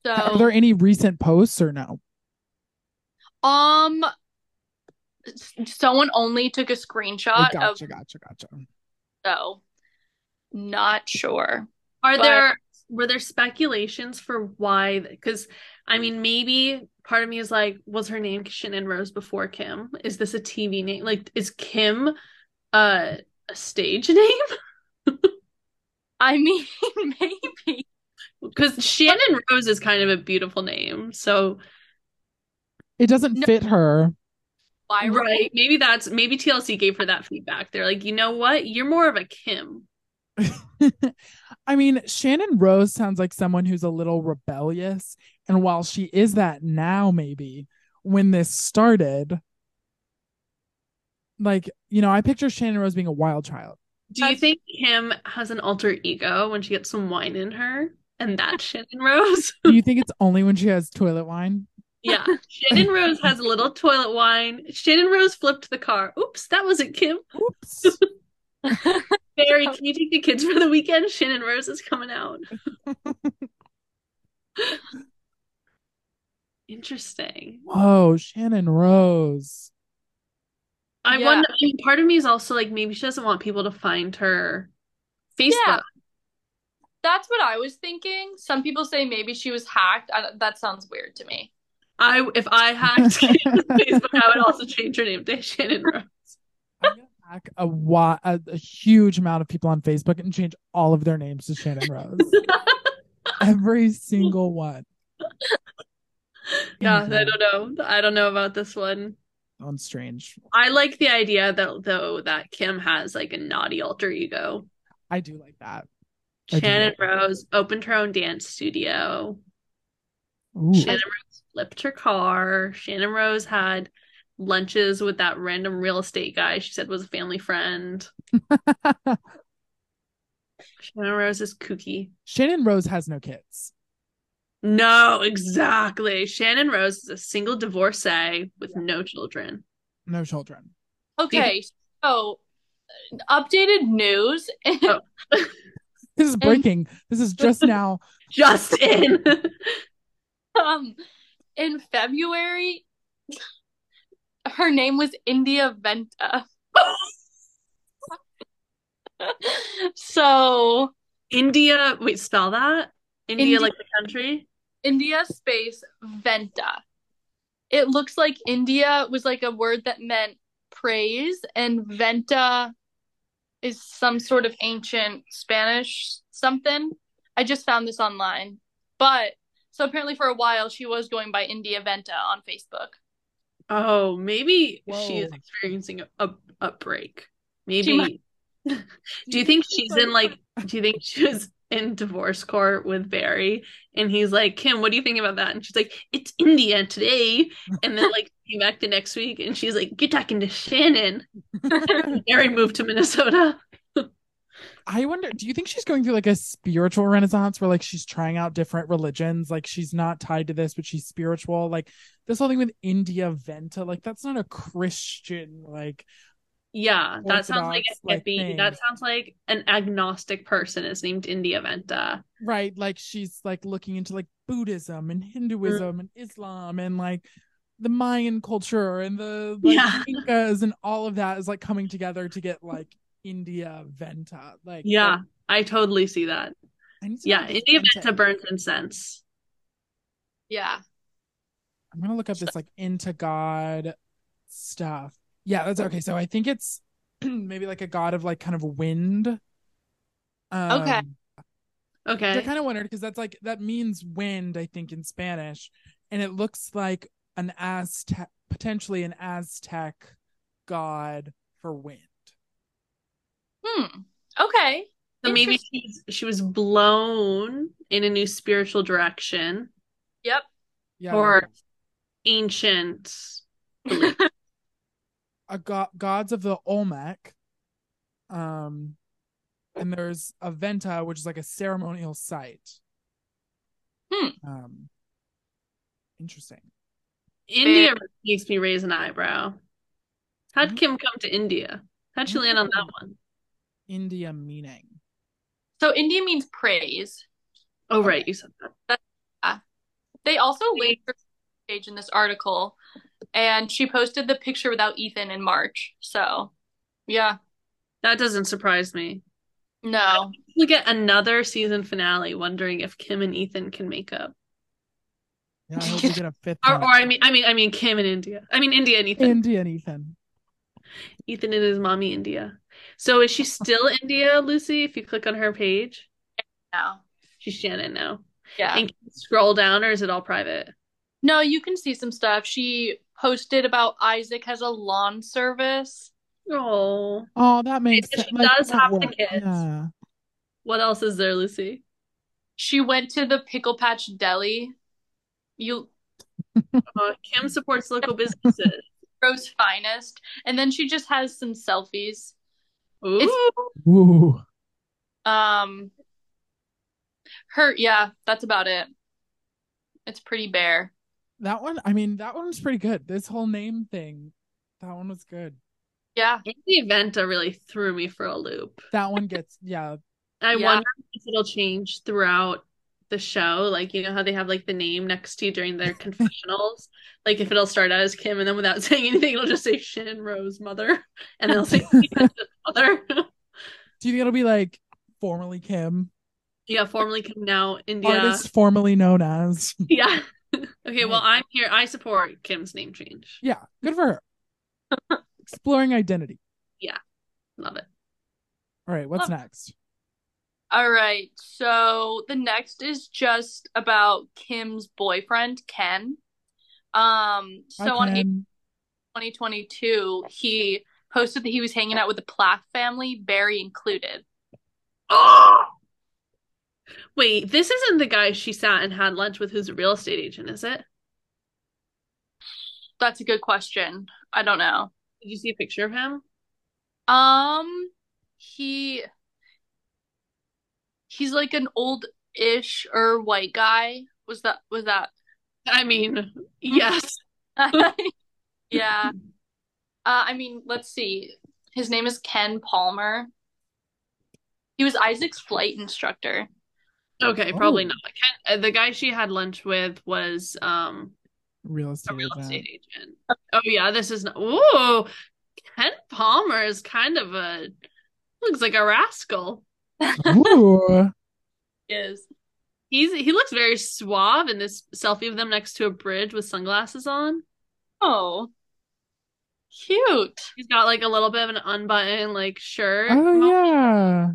Speaker 3: So
Speaker 2: Are there any recent posts or no?
Speaker 3: Um, s- someone only took a
Speaker 2: Oh,
Speaker 3: screenshot of
Speaker 2: Gotcha, gotcha, gotcha.
Speaker 3: so not sure.
Speaker 1: Are
Speaker 3: But-
Speaker 1: there were there speculations for why? Because I mean, maybe part of me is like, was her name Shannon Rose before Kim? Is this a TV name? Like, is Kim uh, a stage name?
Speaker 3: I mean, maybe.
Speaker 1: Because Shannon Rose is kind of a beautiful name, so
Speaker 2: It doesn't
Speaker 3: No.
Speaker 2: fit her.
Speaker 3: Why were-
Speaker 1: right, maybe that's maybe TLC gave her that feedback. They're like, you know what, you're more of a Kim.
Speaker 2: I mean, Shannon Rose sounds like someone who's a little rebellious. And while she is that now, maybe when this started, like, you know, I picture Shannon Rose being a wild child.
Speaker 1: Do you
Speaker 3: That's-
Speaker 1: think Kim has an alter ego when she gets some wine in her, and that's Shannon Rose?
Speaker 2: Do you think it's only when she has toilet wine?
Speaker 1: Yeah, Shannon Rose has a little toilet wine. Shannon Rose flipped the car. Oops, that wasn't Kim.
Speaker 2: Oops.
Speaker 1: Barry,
Speaker 3: Oh.
Speaker 1: can you take the kids for the weekend? Shannon Rose is coming out. Interesting.
Speaker 2: Whoa, Shannon Rose.
Speaker 1: I
Speaker 3: Yeah.
Speaker 1: wonder, I mean, part of me is also like maybe she doesn't want people to find her
Speaker 3: Yeah.
Speaker 1: Facebook.
Speaker 3: That's what I was thinking. Some people say maybe she was hacked. I, don't- that sounds weird to me.
Speaker 1: I if I hacked Kim's Facebook, I would also change her name to Shannon Rose.
Speaker 2: I'm gonna hack a, wa- a a huge amount of people on Facebook and change all of their names to Shannon Rose. Every single one.
Speaker 1: Yeah, I
Speaker 2: Mhm.
Speaker 1: don't know. I don't know about this one.
Speaker 2: Sounds strange.
Speaker 1: I like the idea that though that Kim has like a naughty alter ego.
Speaker 2: I do like that. I do
Speaker 1: Shannon
Speaker 2: like that.
Speaker 1: Rose opened her own dance studio.
Speaker 2: Ooh.
Speaker 1: Shannon Rose flipped her car. Shannon Rose had lunches with that random real estate guy she said was a family friend. Shannon Rose is kooky.
Speaker 2: Shannon Rose has no kids.
Speaker 1: No, exactly. Shannon Rose is a single divorcee with no children.
Speaker 2: No children.
Speaker 3: Okay, so uh, updated news.
Speaker 2: This is breaking. This is just now.
Speaker 1: Just in.
Speaker 3: um, in February, her name was India Venta. so
Speaker 1: India, wait, spell that? India,
Speaker 3: India.
Speaker 1: like the country?
Speaker 3: India space Venta. It looks like India was like a word that meant praise, and Venta is some sort of ancient Spanish something. I just found this online. But so apparently, for a while, she was going by India Venta on Facebook.
Speaker 1: Oh, maybe she is
Speaker 2: Whoa.
Speaker 1: experiencing a, a, a break. Maybe.
Speaker 3: She might-
Speaker 1: Do you think she's in like? Do you think she was in divorce court with Barry? And he's like, Kim, what do you think about that? And she's like, It's India today. And then like came back the next week, and she's like, You're talking to Shannon. And Barry moved to Minnesota.
Speaker 2: I wonder, do you think she's going through like a spiritual renaissance where like she's trying out different religions? Like she's not tied to this, but she's spiritual. Like this whole thing with India Venta, like that's not a Christian, like
Speaker 1: Yeah, that sounds like
Speaker 2: Orthodox,
Speaker 1: a
Speaker 2: like,
Speaker 1: hippie.
Speaker 2: thing.
Speaker 1: That sounds like an agnostic person is named India Venta.
Speaker 2: right, like she's like looking into like Buddhism and Hinduism and Islam and like the Mayan culture and the like,
Speaker 1: Yeah.
Speaker 2: Incas and all of that is like coming together to get like India Venta. Like
Speaker 1: Yeah, I totally see that.
Speaker 2: I need to
Speaker 1: Yeah,
Speaker 2: look this
Speaker 1: India
Speaker 2: Venta
Speaker 1: Venta burns incense.
Speaker 3: Yeah.
Speaker 2: I'm gonna look up this like into God stuff. Yeah, that's okay. So I think it's maybe like a god of like kind of wind. Um,
Speaker 3: Okay.
Speaker 1: Okay.
Speaker 2: I kind of wondered because that's like that means wind, I think, in Spanish, and it looks like an Aztec, potentially an Aztec god for wind.
Speaker 3: Hmm. Okay.
Speaker 1: so maybe
Speaker 3: Interesting.
Speaker 1: she's, she was blown in a new spiritual direction
Speaker 3: Yep.
Speaker 2: Yeah,
Speaker 1: or ancient. belief.
Speaker 2: a go- gods of the Olmec. Um, and there's a venta, which is like a ceremonial site.
Speaker 3: Hmm.
Speaker 2: Um, interesting.
Speaker 1: India makes me raise an eyebrow. How'd
Speaker 2: Mhm.
Speaker 1: Kim come to India? How'd she land on that one?
Speaker 2: India meaning.
Speaker 3: So India means praise.
Speaker 1: Oh, right, you said that.
Speaker 3: They also linked her page in this article, and she posted the picture without Ethan in March. So, yeah,
Speaker 1: That doesn't surprise me.
Speaker 3: no,
Speaker 1: We'll get another season finale wondering if Kim and Ethan can make up.
Speaker 2: Yeah, I hope we get a fifth.
Speaker 1: Or,
Speaker 2: one.
Speaker 1: or I mean, I mean, I mean, Kim and India. I mean, India and Ethan.
Speaker 2: India and Ethan.
Speaker 1: Ethan and his mommy, India. So is she still India, Lucy? If you click on her page,
Speaker 3: no,
Speaker 1: she's Shannon now.
Speaker 3: yeah.
Speaker 1: And can you scroll down, or is it all private?
Speaker 3: No, you can see some stuff. She posted about Isaac has a lawn service.
Speaker 1: Oh,
Speaker 2: Oh, that makes
Speaker 1: she
Speaker 2: sense. Like,
Speaker 1: does
Speaker 2: that
Speaker 1: have the
Speaker 2: works.
Speaker 1: kids.
Speaker 2: Yeah.
Speaker 1: what else is there, Lucy?
Speaker 3: She went to the Pickle Patch Deli. You
Speaker 1: Uh, Kim supports local businesses.
Speaker 3: Rose finest, and then she just has some selfies.
Speaker 1: Ooh,
Speaker 2: Ooh.
Speaker 3: Um, her, yeah, that's about it. It's pretty bare.
Speaker 2: That one, I mean, that one was pretty good. This whole name thing, that one was good.
Speaker 3: Yeah.
Speaker 1: Andy Venta really threw me for a loop.
Speaker 2: That one gets, yeah,
Speaker 1: I
Speaker 3: Yeah.
Speaker 1: wonder if it'll change throughout the show. Like, you know how they have like the name next to you during their confessionals? Like, if it'll start out as Kim and then without saying anything, it'll just say Shannon Rose mother, and then it'll say Shannon mother.
Speaker 2: Do you think it'll be like formerly Kim,
Speaker 1: Yeah, formerly Kim, now India.
Speaker 2: artist formerly known as?
Speaker 1: Yeah. Okay, well, I'm here. I support Kim's name change.
Speaker 2: Yeah, good for her. Exploring identity.
Speaker 1: Love it.
Speaker 2: All right, what's
Speaker 1: Oh,
Speaker 3: Love-
Speaker 2: next?
Speaker 3: All right. So the next is just about Kim's boyfriend, Ken. Um,
Speaker 2: Hi,
Speaker 3: so on
Speaker 1: E-
Speaker 3: April
Speaker 2: Ken.
Speaker 3: 2022, he posted that he was hanging out with the Plath family, Barry included.
Speaker 1: Oh! Wait, this isn't the guy she sat and had lunch with who's a real estate agent, is it?
Speaker 3: That's a good question. I don't know.
Speaker 1: Did you see a picture of him?
Speaker 3: Um, he he's like an old-ish or white guy. Was that was that?
Speaker 1: I mean, yes.
Speaker 3: Yeah. Uh, I mean, let's see. His name is Ken Palmer. He was Isaac's flight instructor.
Speaker 1: Okay, probably
Speaker 2: Oh.
Speaker 1: not. Ken, uh, the guy she had lunch with was um
Speaker 2: Real
Speaker 1: a
Speaker 2: estate.
Speaker 1: real
Speaker 2: event.
Speaker 1: estate agent. Oh yeah, this is not. Ooh, Ken Palmer is kind of a looks like a rascal.
Speaker 2: Ooh. oh,
Speaker 3: Is
Speaker 1: He's he looks very suave in this selfie of them next to a bridge with sunglasses on.
Speaker 3: oh cute.
Speaker 1: He's got like a little bit of an unbuttoned like shirt.
Speaker 2: Oh yeah.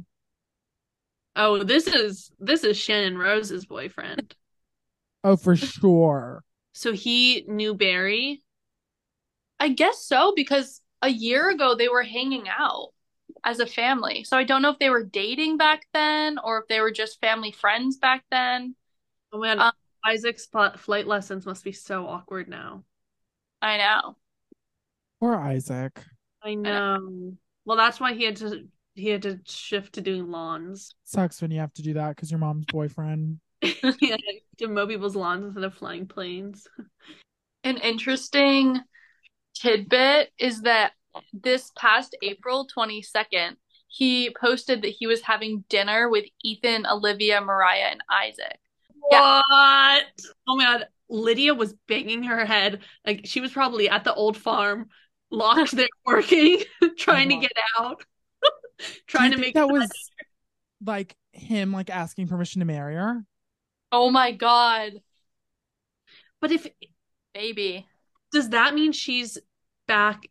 Speaker 1: Oh, this is this is Shannon Rose's boyfriend.
Speaker 2: Oh, for sure.
Speaker 1: So he knew Barry.
Speaker 3: I guess so because a year ago they were hanging out as a family. So I don't know if they were dating back then or if they were just family friends back then.
Speaker 1: Oh man,
Speaker 3: Uh,
Speaker 1: Isaac's fl- flight lessons must be so awkward now.
Speaker 3: I know.
Speaker 2: Poor Isaac.
Speaker 1: I know. Um, Well, that's why he had to he had to shift to doing lawns.
Speaker 2: Sucks when you have to do that because your mom's boyfriend.
Speaker 1: yeah, to mow people's lawns instead of flying planes.
Speaker 3: An interesting tidbit is that this past April 22nd, he posted that he was having dinner with Ethan, Olivia, Mariah, and Isaac. Yeah.
Speaker 1: What? Oh my god, Lydia was banging her head. Like she was probably at the old farm, locked there working, trying to
Speaker 2: Uh-huh.
Speaker 1: get out,
Speaker 2: Do you
Speaker 1: trying to
Speaker 2: think
Speaker 1: make
Speaker 2: that was like him like asking permission to marry her.
Speaker 3: Oh my God,
Speaker 1: But if
Speaker 3: baby.
Speaker 1: does that mean she's back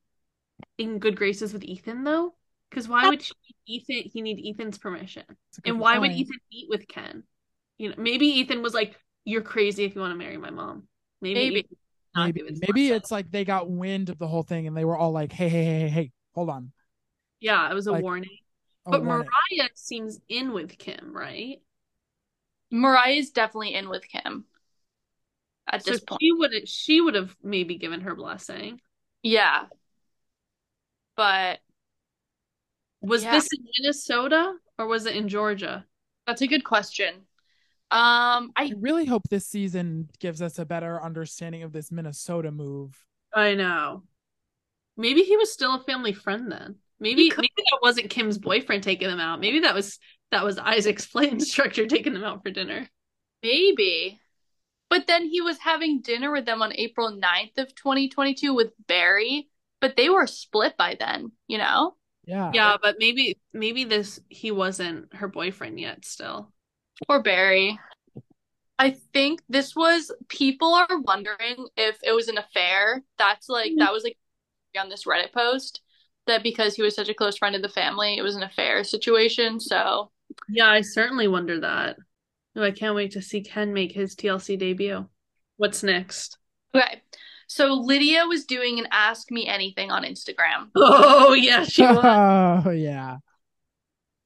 Speaker 1: in good graces with Ethan though? Because why would she need Ethan? He need Ethan's permission.
Speaker 2: It's a good
Speaker 1: And why would
Speaker 2: point.
Speaker 1: Ethan meet with Ken? You know, maybe Ethan was like, "You're crazy if you want to marry my mom." Maybe,
Speaker 3: Maybe.
Speaker 1: Ethan did not
Speaker 2: maybe
Speaker 1: give his
Speaker 2: maybe
Speaker 1: consent.
Speaker 2: it's like they got wind of the whole thing and they were all like, hey, hey, hey, hey, hey, hold on.
Speaker 1: yeah, it was a
Speaker 2: like,
Speaker 1: warning.
Speaker 2: Oh,
Speaker 1: But
Speaker 2: warning.
Speaker 1: Mariah seems in with Kim, right?
Speaker 3: Mariah's definitely in with Kim at
Speaker 1: So
Speaker 3: this point.
Speaker 1: she would she would have maybe given her blessing.
Speaker 3: Yeah. But
Speaker 1: Was
Speaker 3: Yeah.
Speaker 1: this in Minnesota or was it in Georgia?
Speaker 3: that's a good question. Um, I
Speaker 2: I really hope this season gives us a better understanding of this Minnesota move.
Speaker 1: I know. Maybe he was still a family friend then. Maybe
Speaker 3: could-
Speaker 1: maybe that wasn't Kim's boyfriend taking them out. Maybe that was that was Isaac's flight instructor taking them out for dinner.
Speaker 3: maybe. But then he was having dinner with them on April 9th of 2022 with Barry, but they were split by then, you know?
Speaker 2: Yeah.
Speaker 1: Yeah, but maybe maybe this he wasn't her boyfriend yet still.
Speaker 3: Poor Barry. I think this was people are wondering if it was an affair. That's like that was like on this Reddit post that because he was such a close friend of the family, it was an affair situation. So
Speaker 1: Yeah, I certainly wonder that. Oh, I can't wait to see Ken make his TLC debut. What's next?
Speaker 3: okay. So Lydia was doing an Ask Me Anything on Instagram.
Speaker 1: Oh yeah, she was.
Speaker 2: oh, yeah.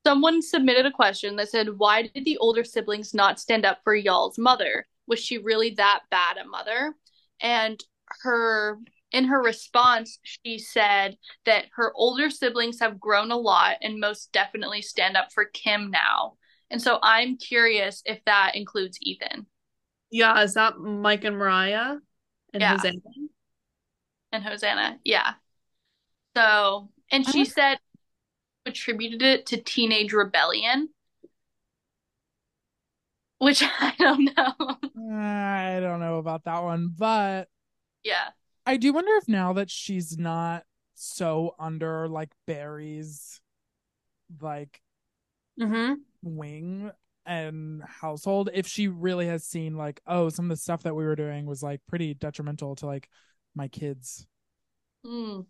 Speaker 3: Someone submitted a question that said, Why did the older siblings not stand up for y'all's mother? Was she really that bad a mother? And her in her response, she said that her older siblings have grown a lot and most definitely stand up for Kim now. And so I'm curious if that includes Ethan
Speaker 1: Yeah, is that Mike and Mariah and
Speaker 3: Yeah.
Speaker 1: Hosanna?
Speaker 3: and Hosanna. Yeah. So, and
Speaker 2: I
Speaker 3: she
Speaker 2: wonder-
Speaker 3: said attributed it to teenage rebellion, which I don't know.
Speaker 2: I don't know about that one, but
Speaker 3: Yeah.
Speaker 2: I do wonder if now that she's not so under like Barry's like
Speaker 1: Mm-hmm.
Speaker 2: wing and household, if she really has seen like, oh, some of the stuff that we were doing was like pretty detrimental to like my kids.
Speaker 3: Mm.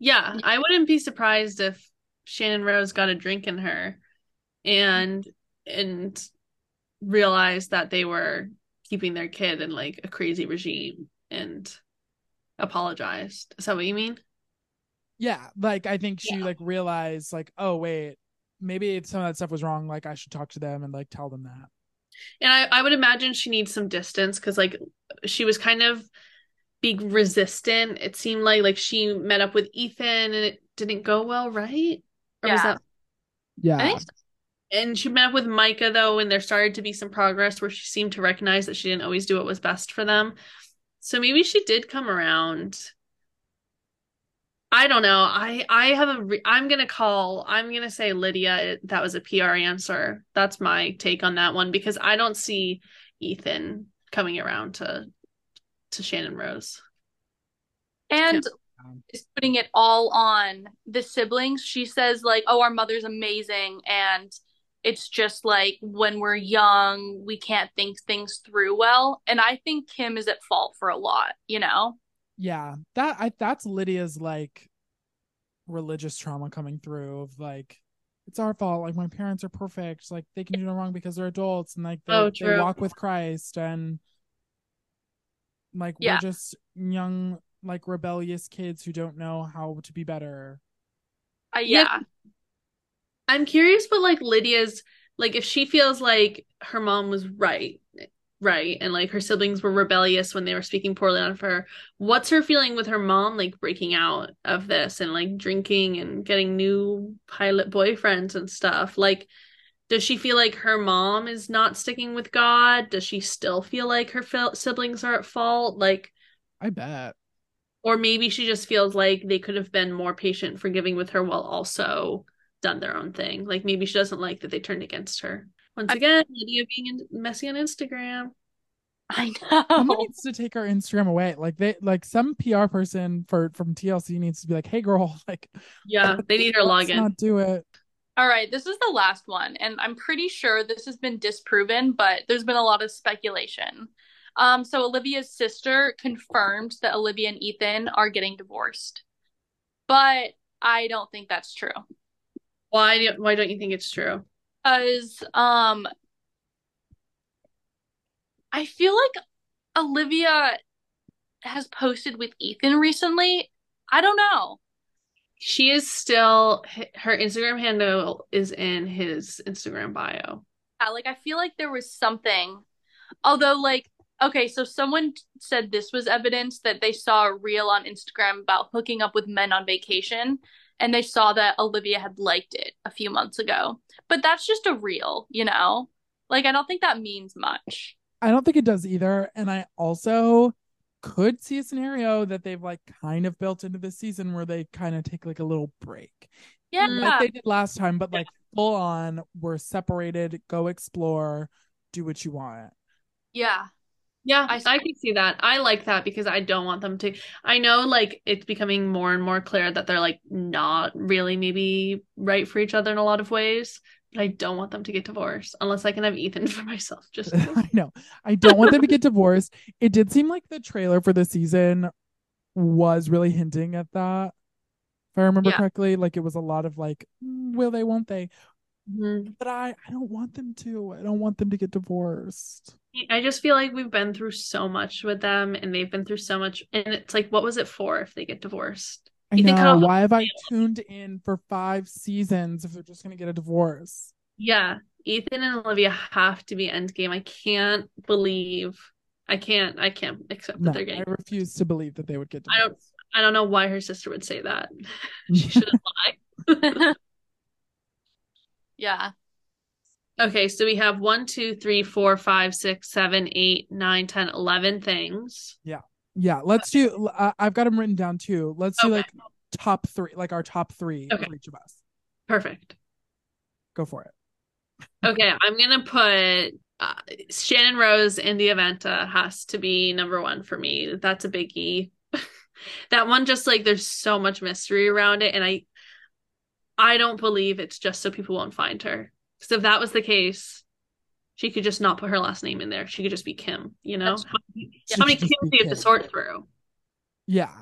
Speaker 1: Yeah, I wouldn't be surprised if Shannon Rose got a drink in her and and realized that they were keeping their kid in like a crazy regime and apologized. Is that what you mean?
Speaker 2: Yeah, like I think she
Speaker 1: Yeah.
Speaker 2: like realized like, oh wait, maybe if some of that stuff was wrong, like I should talk to them and like tell them that.
Speaker 1: And I, I would imagine she needs some distance because like she was kind of being resistant. It seemed like like she met up with Ethan and it didn't go well, right? Or was
Speaker 3: Yeah.
Speaker 1: that
Speaker 2: Yeah.
Speaker 3: I think so.
Speaker 1: And she met up with Micah though, and there started to be some progress where she seemed to recognize that she didn't always do what was best for them. So maybe she did come around. I don't know. I I have a re- I'm gonna call. I'm gonna say Lydia. it- That was a PR answer. That's my take on that one because I don't see Ethan coming around to to Shannon Rose.
Speaker 3: And
Speaker 2: Um,
Speaker 3: is putting it all on the siblings. She says, like, oh, our mother's amazing. And it's just like when we're young, we can't think things through well. And I think Kim is at fault for a lot, you know?
Speaker 2: yeah that i that's lydia's like religious trauma coming through of like it's our fault like my parents are perfect like they can do no wrong because they're adults and like they,
Speaker 1: Oh,
Speaker 2: they
Speaker 1: true.
Speaker 2: walk with christ and like
Speaker 3: Yeah.
Speaker 2: we're just young like rebellious kids who don't know how to be better
Speaker 3: Uh,
Speaker 1: Yep.
Speaker 3: yeah.
Speaker 1: I'm curious what like Lydia's like if she feels like her mom was right, right, and like her siblings were rebellious when they were speaking poorly on her. What's her feeling with her mom like breaking out of this and like drinking and getting new pilot boyfriends and stuff? Like, does she feel like her mom is not sticking with God? Does she still feel like her fil- siblings are at fault? Like,
Speaker 2: i bet
Speaker 1: or maybe she just feels like they could have been more patient, forgiving with her while also done their own thing. Like maybe she doesn't like that they turned against her. Once
Speaker 3: I-
Speaker 1: again, Lydia being in- messy on Instagram.
Speaker 3: I
Speaker 1: Oh.
Speaker 2: someone
Speaker 3: know.
Speaker 2: needs to take our instagram away like they like some pr person for from tlc needs to be like hey girl like
Speaker 1: Yeah, they need her
Speaker 2: let's
Speaker 1: login.
Speaker 2: not do it
Speaker 3: All right, this is the last one, and I'm pretty sure this has been disproven, but there's been a lot of speculation. Um, so Olivia's sister confirmed that Olivia and Ethan are getting divorced. But I don't think that's true.
Speaker 1: Why do, why don't you think it's true?
Speaker 3: Because um I feel like Olivia has posted with Ethan recently. I don't know.
Speaker 1: She is still h- her Instagram handle is in his Instagram bio.
Speaker 3: Yeah, like I feel like there was something. Although like okay, so someone t- said this was evidence that they saw a reel on Instagram about hooking up with men on vacation and they saw that Olivia had liked it a few months ago. But that's just a reel, you know? Like I don't think that means much.
Speaker 2: I don't think it does either. And I also could see a scenario that they've like kind of built into this season where they kind of take like a little break.
Speaker 3: Yeah.
Speaker 2: Like they did last time, but like full on, we're separated, go explore, do what you want.
Speaker 3: yeah.
Speaker 1: Yeah,
Speaker 3: I
Speaker 1: I,
Speaker 3: see.
Speaker 1: I can see that. I like that because I don't want them to. I know like it's becoming more and more clear that they're like not really maybe right for each other in a lot of ways, but I don't want them to get divorced unless I can have Ethan for myself. Just
Speaker 2: I know. I don't want them to get divorced. It did seem like the trailer for the season was really hinting at that. If I remember
Speaker 3: Yeah.
Speaker 2: correctly, like it was a lot of like, "Mm, will they, won't they?
Speaker 1: Mhm.
Speaker 2: But I, I don't want them to. I don't want them to get divorced.
Speaker 1: I just feel like we've been through so much with them and they've been through so much and it's like what was it for if they get divorced?
Speaker 2: I
Speaker 1: You think
Speaker 2: know.
Speaker 1: how-
Speaker 2: Why have I tuned in for five seasons if they're just gonna get a divorce?
Speaker 1: Yeah, Ethan and Olivia have to be endgame. I can't believe I can't I can't accept that
Speaker 2: No,
Speaker 1: they're getting
Speaker 2: I refuse to believe that they would get
Speaker 1: I don't-
Speaker 2: divorced. Mm-hmm.
Speaker 1: I don't know why her sister would say that. She shouldn't lie.
Speaker 3: Yeah.
Speaker 1: Okay, so we have one, two, three, four, five, six, seven, eight, nine, ten, eleven things.
Speaker 2: Yeah, let's do. Uh, I've got them written down too. Let's do
Speaker 1: Okay.
Speaker 2: like top three, like our top three
Speaker 1: Okay.
Speaker 2: for each of us.
Speaker 1: Perfect.
Speaker 2: Go for it.
Speaker 1: Okay, I'm gonna put uh, Shannon Rose in the Aventa has to be number one for me. That's a biggie. that one just like there's so much mystery around it, and I, I don't believe it's just so people won't find her. Because if that was the case, she could just not put her last name in there. She could just be Kim. You know,
Speaker 3: That's-
Speaker 1: how, many-
Speaker 2: She
Speaker 1: how many
Speaker 2: should just
Speaker 1: Kims do
Speaker 2: be
Speaker 1: you have to
Speaker 2: Kim.
Speaker 1: sort through?
Speaker 2: Yeah.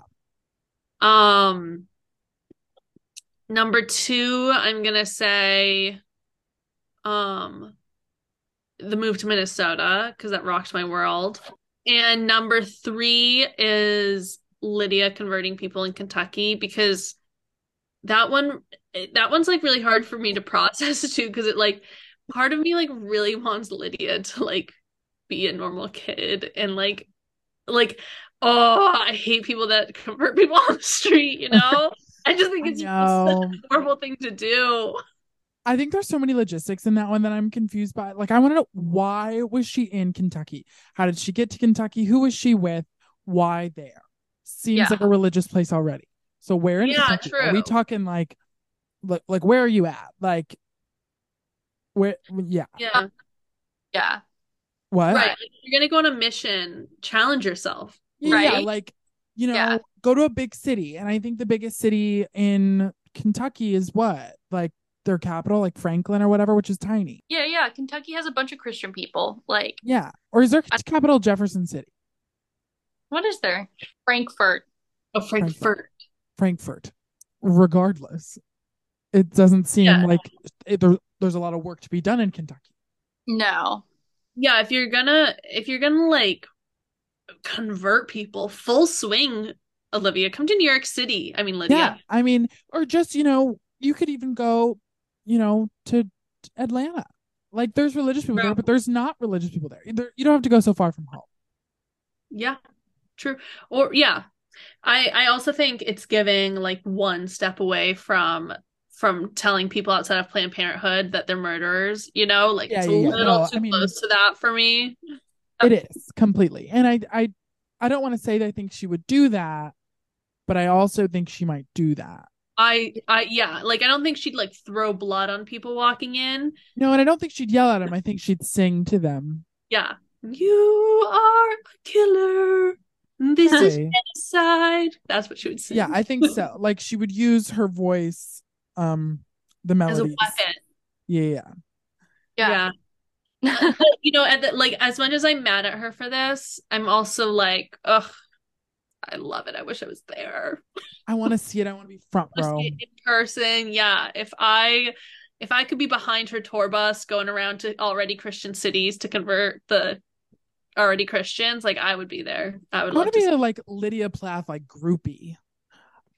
Speaker 1: Um, number two, I'm gonna say, um, the move to Minnesota because that rocked my world. And number three is Lydia converting people in Kentucky because that one, that one's like really hard for me to process too because it like part of me like really wants Lydia to like be a normal kid and like like oh I hate people that convert people on the street, you know? I just think
Speaker 2: I
Speaker 1: it's just such
Speaker 2: know.
Speaker 1: a horrible thing to do.
Speaker 2: I think there's so many logistics in that one that I'm confused by. Like, I want to know why was she in Kentucky? How did she get to Kentucky? Who was she with? Why there? Seems
Speaker 3: Yeah.
Speaker 2: like a religious place already. So where in
Speaker 1: Yeah,
Speaker 2: Kentucky? Are
Speaker 1: true.
Speaker 2: we talking like, like, like where are you at? Like, where? Yeah.
Speaker 1: Yeah.
Speaker 3: Yeah.
Speaker 2: What?
Speaker 1: Right. Like, if Um, you're gonna go on a mission, challenge yourself.
Speaker 2: Yeah,
Speaker 3: right?
Speaker 2: like you know,
Speaker 3: Yeah.
Speaker 2: go to a big city, and I think the biggest city in Kentucky is what, like their capital, like Franklin or whatever, which is tiny.
Speaker 3: Yeah, yeah. Kentucky has a bunch of Christian people. Like,
Speaker 2: Yeah, or is their
Speaker 3: I-
Speaker 2: capital Jefferson City,
Speaker 3: what is there? Frankfurt.
Speaker 1: Oh, Frankfurt.
Speaker 2: Frankfurt? Regardless, it doesn't seem
Speaker 1: Yeah.
Speaker 2: like it, there, there's a lot of work to be done in Kentucky.
Speaker 3: No.
Speaker 1: Yeah, if you're gonna if you're gonna like convert people full swing, Olivia, come to New York City. I mean Lydia.
Speaker 2: Yeah, I mean, or just you know, you could even go, you know, to Atlanta. Like there's religious people there,
Speaker 1: True.
Speaker 2: but there's not religious people there. There- You don't have to go so far from home.
Speaker 1: Yeah, true. Or yeah. I I also think it's giving like one step away from from telling people outside of Planned Parenthood that they're murderers, you know, like
Speaker 2: Yeah,
Speaker 1: it's a
Speaker 2: yeah, yeah.
Speaker 1: little
Speaker 2: No,
Speaker 1: too
Speaker 2: I mean-
Speaker 1: close to that for me.
Speaker 2: It is completely. And I I I don't want to say that I think she would do that, but I also think she might do that.
Speaker 1: I I yeah, like I don't think she'd like throw blood on people walking in.
Speaker 2: No, and I don't think she'd yell at him. I think she'd sing to them.
Speaker 1: Yeah. You are a killer. This is
Speaker 2: Hey.
Speaker 1: genocide. That's what she would say.
Speaker 2: Yeah, I think so. Like she would use her voice, um, the
Speaker 1: As a
Speaker 2: melody.
Speaker 1: weapon.
Speaker 2: Yeah, yeah.
Speaker 3: Yeah.
Speaker 1: Yeah. you know, at the, like as much as I'm mad at her for this, I'm also like, ugh, I love it. I wish I was there.
Speaker 2: I want to see it. I want to be front
Speaker 1: wanna
Speaker 2: row.
Speaker 1: see it in person. Yeah, if I if I could be behind her tour bus going around to already Christian cities to convert the already Christians, like I would be there. I would
Speaker 2: I want
Speaker 1: love
Speaker 2: to
Speaker 1: to.
Speaker 2: be
Speaker 1: see-
Speaker 2: a, like Lydia Plath, like groupie.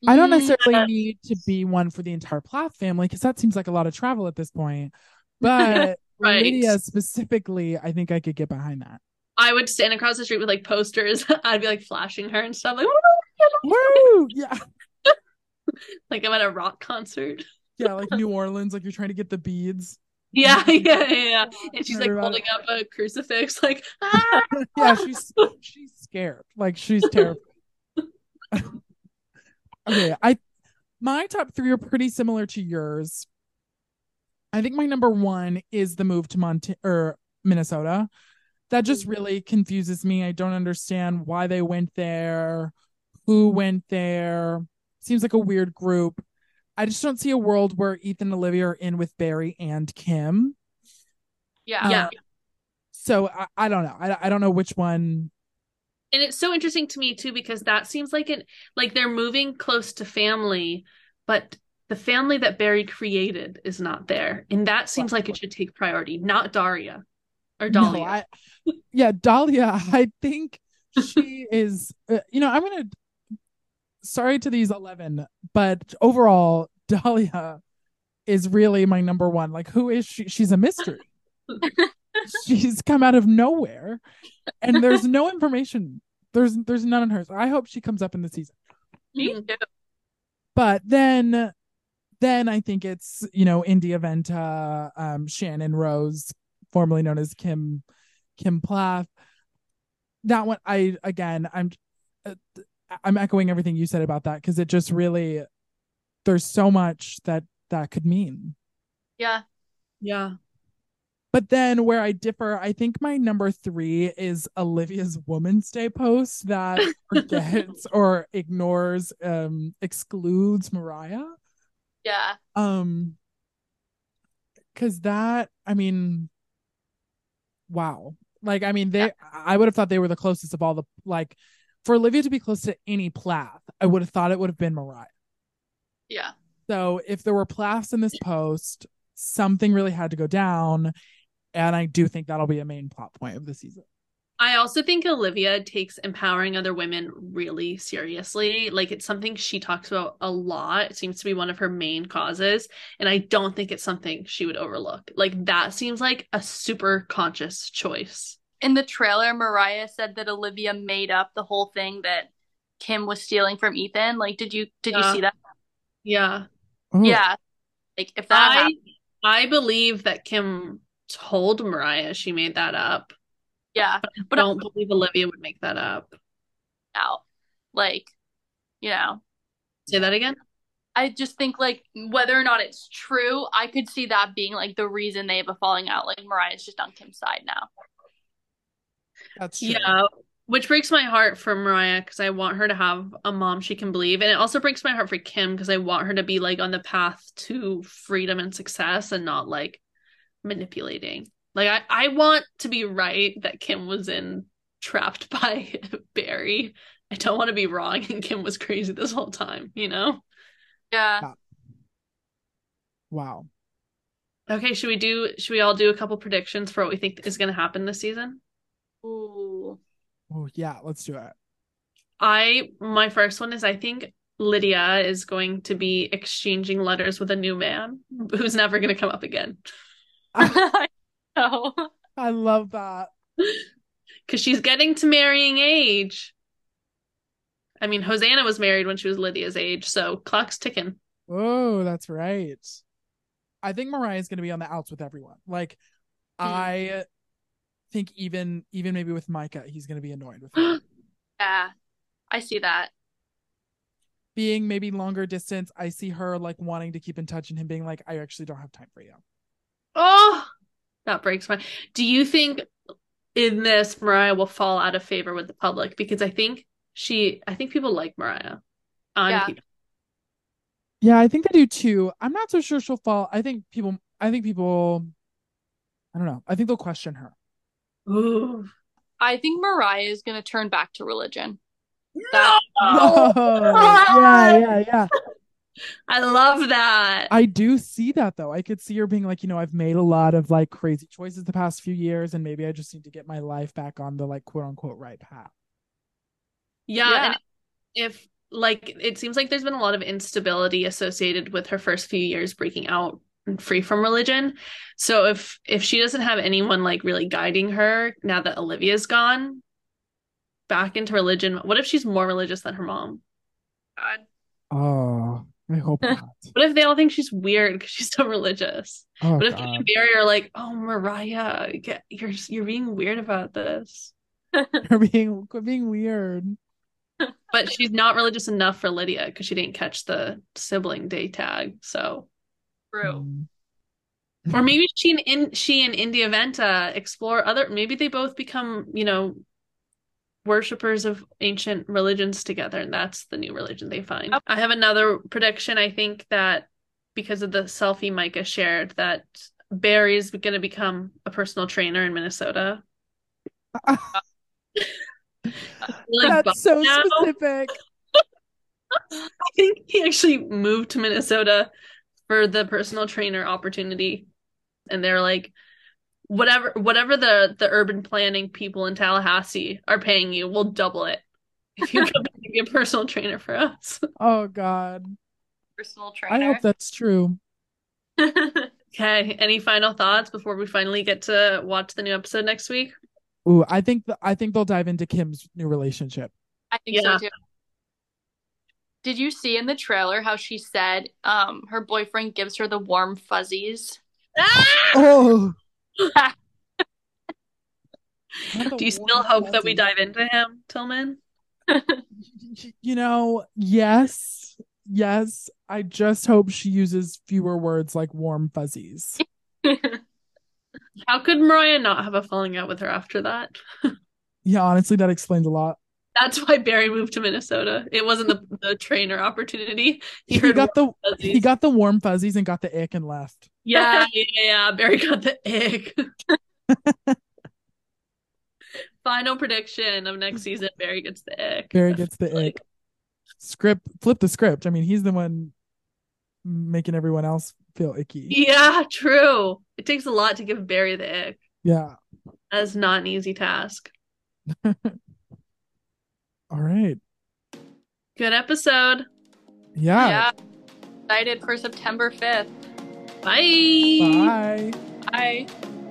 Speaker 2: I don't
Speaker 1: Mm-hmm.
Speaker 2: necessarily
Speaker 1: Yeah.
Speaker 2: need to be one for the entire Plath family because that seems like a lot of travel at this point. But
Speaker 1: Right.
Speaker 2: Lydia specifically, I think I could get behind that.
Speaker 1: I would stand across the street with like posters. I'd be like flashing her and stuff. Like,
Speaker 2: Woo! Yeah.
Speaker 1: like I'm at a rock concert.
Speaker 2: Yeah, like New Orleans, like you're trying to get the beads.
Speaker 1: Yeah, yeah, yeah. yeah. And she's
Speaker 2: Heard
Speaker 1: like
Speaker 2: about
Speaker 1: holding
Speaker 2: it.
Speaker 1: up a crucifix, like ah!
Speaker 2: Yeah, she's she's scared. Like she's terrified. okay, I my top three are pretty similar to yours. I think my number one is the move to Mont or Minnesota. That just really confuses me. I don't understand why they went there, who went there. Seems like a weird group. I just don't see a world where Ethan and Olivia are in with Barry and Kim.
Speaker 3: Yeah.
Speaker 1: Yeah.
Speaker 2: So I, I don't know. I, I don't know which one.
Speaker 1: and it's so interesting to me too because that seems like an like they're moving close to family but the family that barry created is not there and that seems like it should take priority not daria or
Speaker 2: No,
Speaker 1: dahlia
Speaker 2: I- yeah, Dahlia. I think she is. Uh, you know, I'm gonna. Sorry to these eleven, but overall, Dahlia is really my number one. Like, who is she? She's a mystery. She's come out of nowhere, and there's no information. There's there's none on her. So I hope she comes up in the season.
Speaker 3: Me too.
Speaker 2: but then then i think it's you know india venta um shannon rose formerly known as kim kim plath that one i again i'm uh, i'm echoing everything you said about that because it just really there's so much that that could mean
Speaker 3: Yeah.
Speaker 1: yeah
Speaker 2: but then where i differ i think my number three is olivia's woman's day post that forgets or ignores um excludes mariah
Speaker 3: Yeah.
Speaker 2: um because that i mean wow like i mean they i would have thought they were the closest of all the like for olivia to be close to any plath i would have thought it would have been mariah
Speaker 3: Yeah.
Speaker 2: so if there were plaths in this post something really had to go down and i do think that'll be a main plot point of the season
Speaker 1: i also think olivia takes empowering other women really seriously like it's something she talks about a lot it seems to be one of her main causes and i don't think it's something she would overlook like that seems like a super conscious choice
Speaker 3: In the trailer, Mariah said that Olivia made up the whole thing that Kim was stealing from Ethan. Like, did you did
Speaker 1: Yeah.
Speaker 3: you see that?
Speaker 1: yeah
Speaker 2: Ooh,
Speaker 3: Yeah. Like if that
Speaker 1: I
Speaker 3: happened,
Speaker 1: I believe that Kim told Mariah she made that up.
Speaker 3: yeah,
Speaker 1: But
Speaker 3: But
Speaker 1: I
Speaker 3: I-
Speaker 1: don't believe Olivia would make that up.
Speaker 3: out. Like, you know,
Speaker 1: Say that again?
Speaker 3: I just think like whether or not it's true, I could see that being like the reason they have a falling out. Like Mariah's just on Kim's side now.
Speaker 2: that's true
Speaker 1: Yeah. Which breaks my heart for Mariah because I want her to have a mom she can believe. And it also breaks my heart for Kim because I want her to be like on the path to freedom and success and not like manipulating. Like I, I want to be right that Kim was in trapped by Barry. I don't want to be wrong and Kim was crazy this whole time, you know?
Speaker 3: Yeah.
Speaker 2: wow
Speaker 1: Okay, should we do should we all do a couple predictions for what we think is going to happen this season?
Speaker 3: Ooh.
Speaker 2: oh yeah let's do it
Speaker 1: I my first one is I think Lydia is going to be exchanging letters with a new man who's never going to come up again
Speaker 3: so
Speaker 2: i love that
Speaker 1: cuz she's getting to marrying age. I mean, Hosanna was married when she was Lydia's age, so clock's ticking.
Speaker 2: Oh, that's right. I think Mariah's gonna be on the outs with everyone. Like, I think even even maybe with Micah, he's gonna be annoyed with her.
Speaker 3: yeah. I see that.
Speaker 2: being maybe longer distance. I see her like wanting to keep in touch and him being like, I actually don't have time for you.
Speaker 1: Oh, that breaks my. Do you think in this Mariah will fall out of favor with the public because I think she I think people like Mariah on
Speaker 3: Yeah.
Speaker 1: people.
Speaker 2: Yeah, I think they do too. I'm not so sure she'll fall. I think people. I think people. I don't know. I think they'll question her.
Speaker 1: Ooh.
Speaker 3: I think Mariah is gonna turn back to religion.
Speaker 1: That
Speaker 2: Whoa. yeah, yeah, yeah.
Speaker 1: I love that.
Speaker 2: I do see that though. I could see her being like, you know, I've made a lot of like crazy choices the past few years, and maybe I just need to get my life back on the like quote unquote right path.
Speaker 1: yeah,
Speaker 3: Yeah.
Speaker 1: and if like it seems like there's been a lot of instability associated with her first few years breaking out and free from religion. So if if she doesn't have anyone like really guiding her now that Olivia's gone back into religion, what if she's more religious than her mom?
Speaker 3: God.
Speaker 2: Oh, I hope not.
Speaker 1: What if they all think she's weird because she's so religious?
Speaker 2: Oh,
Speaker 1: What if
Speaker 2: God.
Speaker 1: Katy Perry are like, "Oh, Mariah, get, you're you're being weird about this,"
Speaker 2: You're being quit being weird.
Speaker 1: but she's not religious enough for Lydia because she didn't catch the sibling day tag. So,
Speaker 3: True.
Speaker 2: Mm.
Speaker 1: or maybe she and in, she and India Venta explore other. Maybe they both become you know worshippers of ancient religions together, and that's the new religion they find.
Speaker 3: Oh.
Speaker 1: I have another prediction. I think that because of the selfie Micah shared, that Barry's going to become a personal trainer in Minnesota. Like,
Speaker 2: That's so
Speaker 1: now-
Speaker 2: specific.
Speaker 1: I think he actually moved to Minnesota for the personal trainer opportunity. And they're like, whatever whatever the the urban planning people in Tallahassee are paying you, we'll double it if you come and be a personal trainer for us.
Speaker 2: Oh God.
Speaker 3: Personal
Speaker 2: I
Speaker 3: trainer.
Speaker 2: hope that's true.
Speaker 1: Okay, any final thoughts before we finally get to watch the new episode next week?
Speaker 2: Ooh, I think th- I think they'll dive into Kim's new relationship.
Speaker 3: I think
Speaker 1: Yeah.
Speaker 3: so too. Did you see in the trailer how she said um her boyfriend gives her the warm fuzzies?
Speaker 1: Ah!
Speaker 2: Oh. Oh,
Speaker 1: Do you still hope that we dive into him, Tillman?
Speaker 2: You know, yes, yes. I just hope she uses fewer words like warm fuzzies.
Speaker 1: How could Mariah not have a falling out with her after that?
Speaker 2: Yeah, honestly, that explains a lot.
Speaker 1: That's why Barry moved to Minnesota. It wasn't the, the trainer opportunity. He
Speaker 2: He
Speaker 1: heard
Speaker 2: got the
Speaker 1: about
Speaker 2: he
Speaker 1: these.
Speaker 2: got the warm fuzzies and got the ick and left.
Speaker 1: yeah, yeah, yeah. Barry got the ick. Final prediction of next season: Barry gets the ick.
Speaker 2: Barry gets the
Speaker 1: Like,
Speaker 2: ick. Script flip the script. I mean, he's the one making everyone else feel icky.
Speaker 1: yeah, true. It takes a lot to give Barry the ick.
Speaker 2: Yeah.
Speaker 1: That's not an easy task.
Speaker 2: All right.
Speaker 1: Good episode.
Speaker 2: Yeah.
Speaker 3: Excited for September 5th.
Speaker 1: Bye.
Speaker 2: Bye.
Speaker 3: Bye.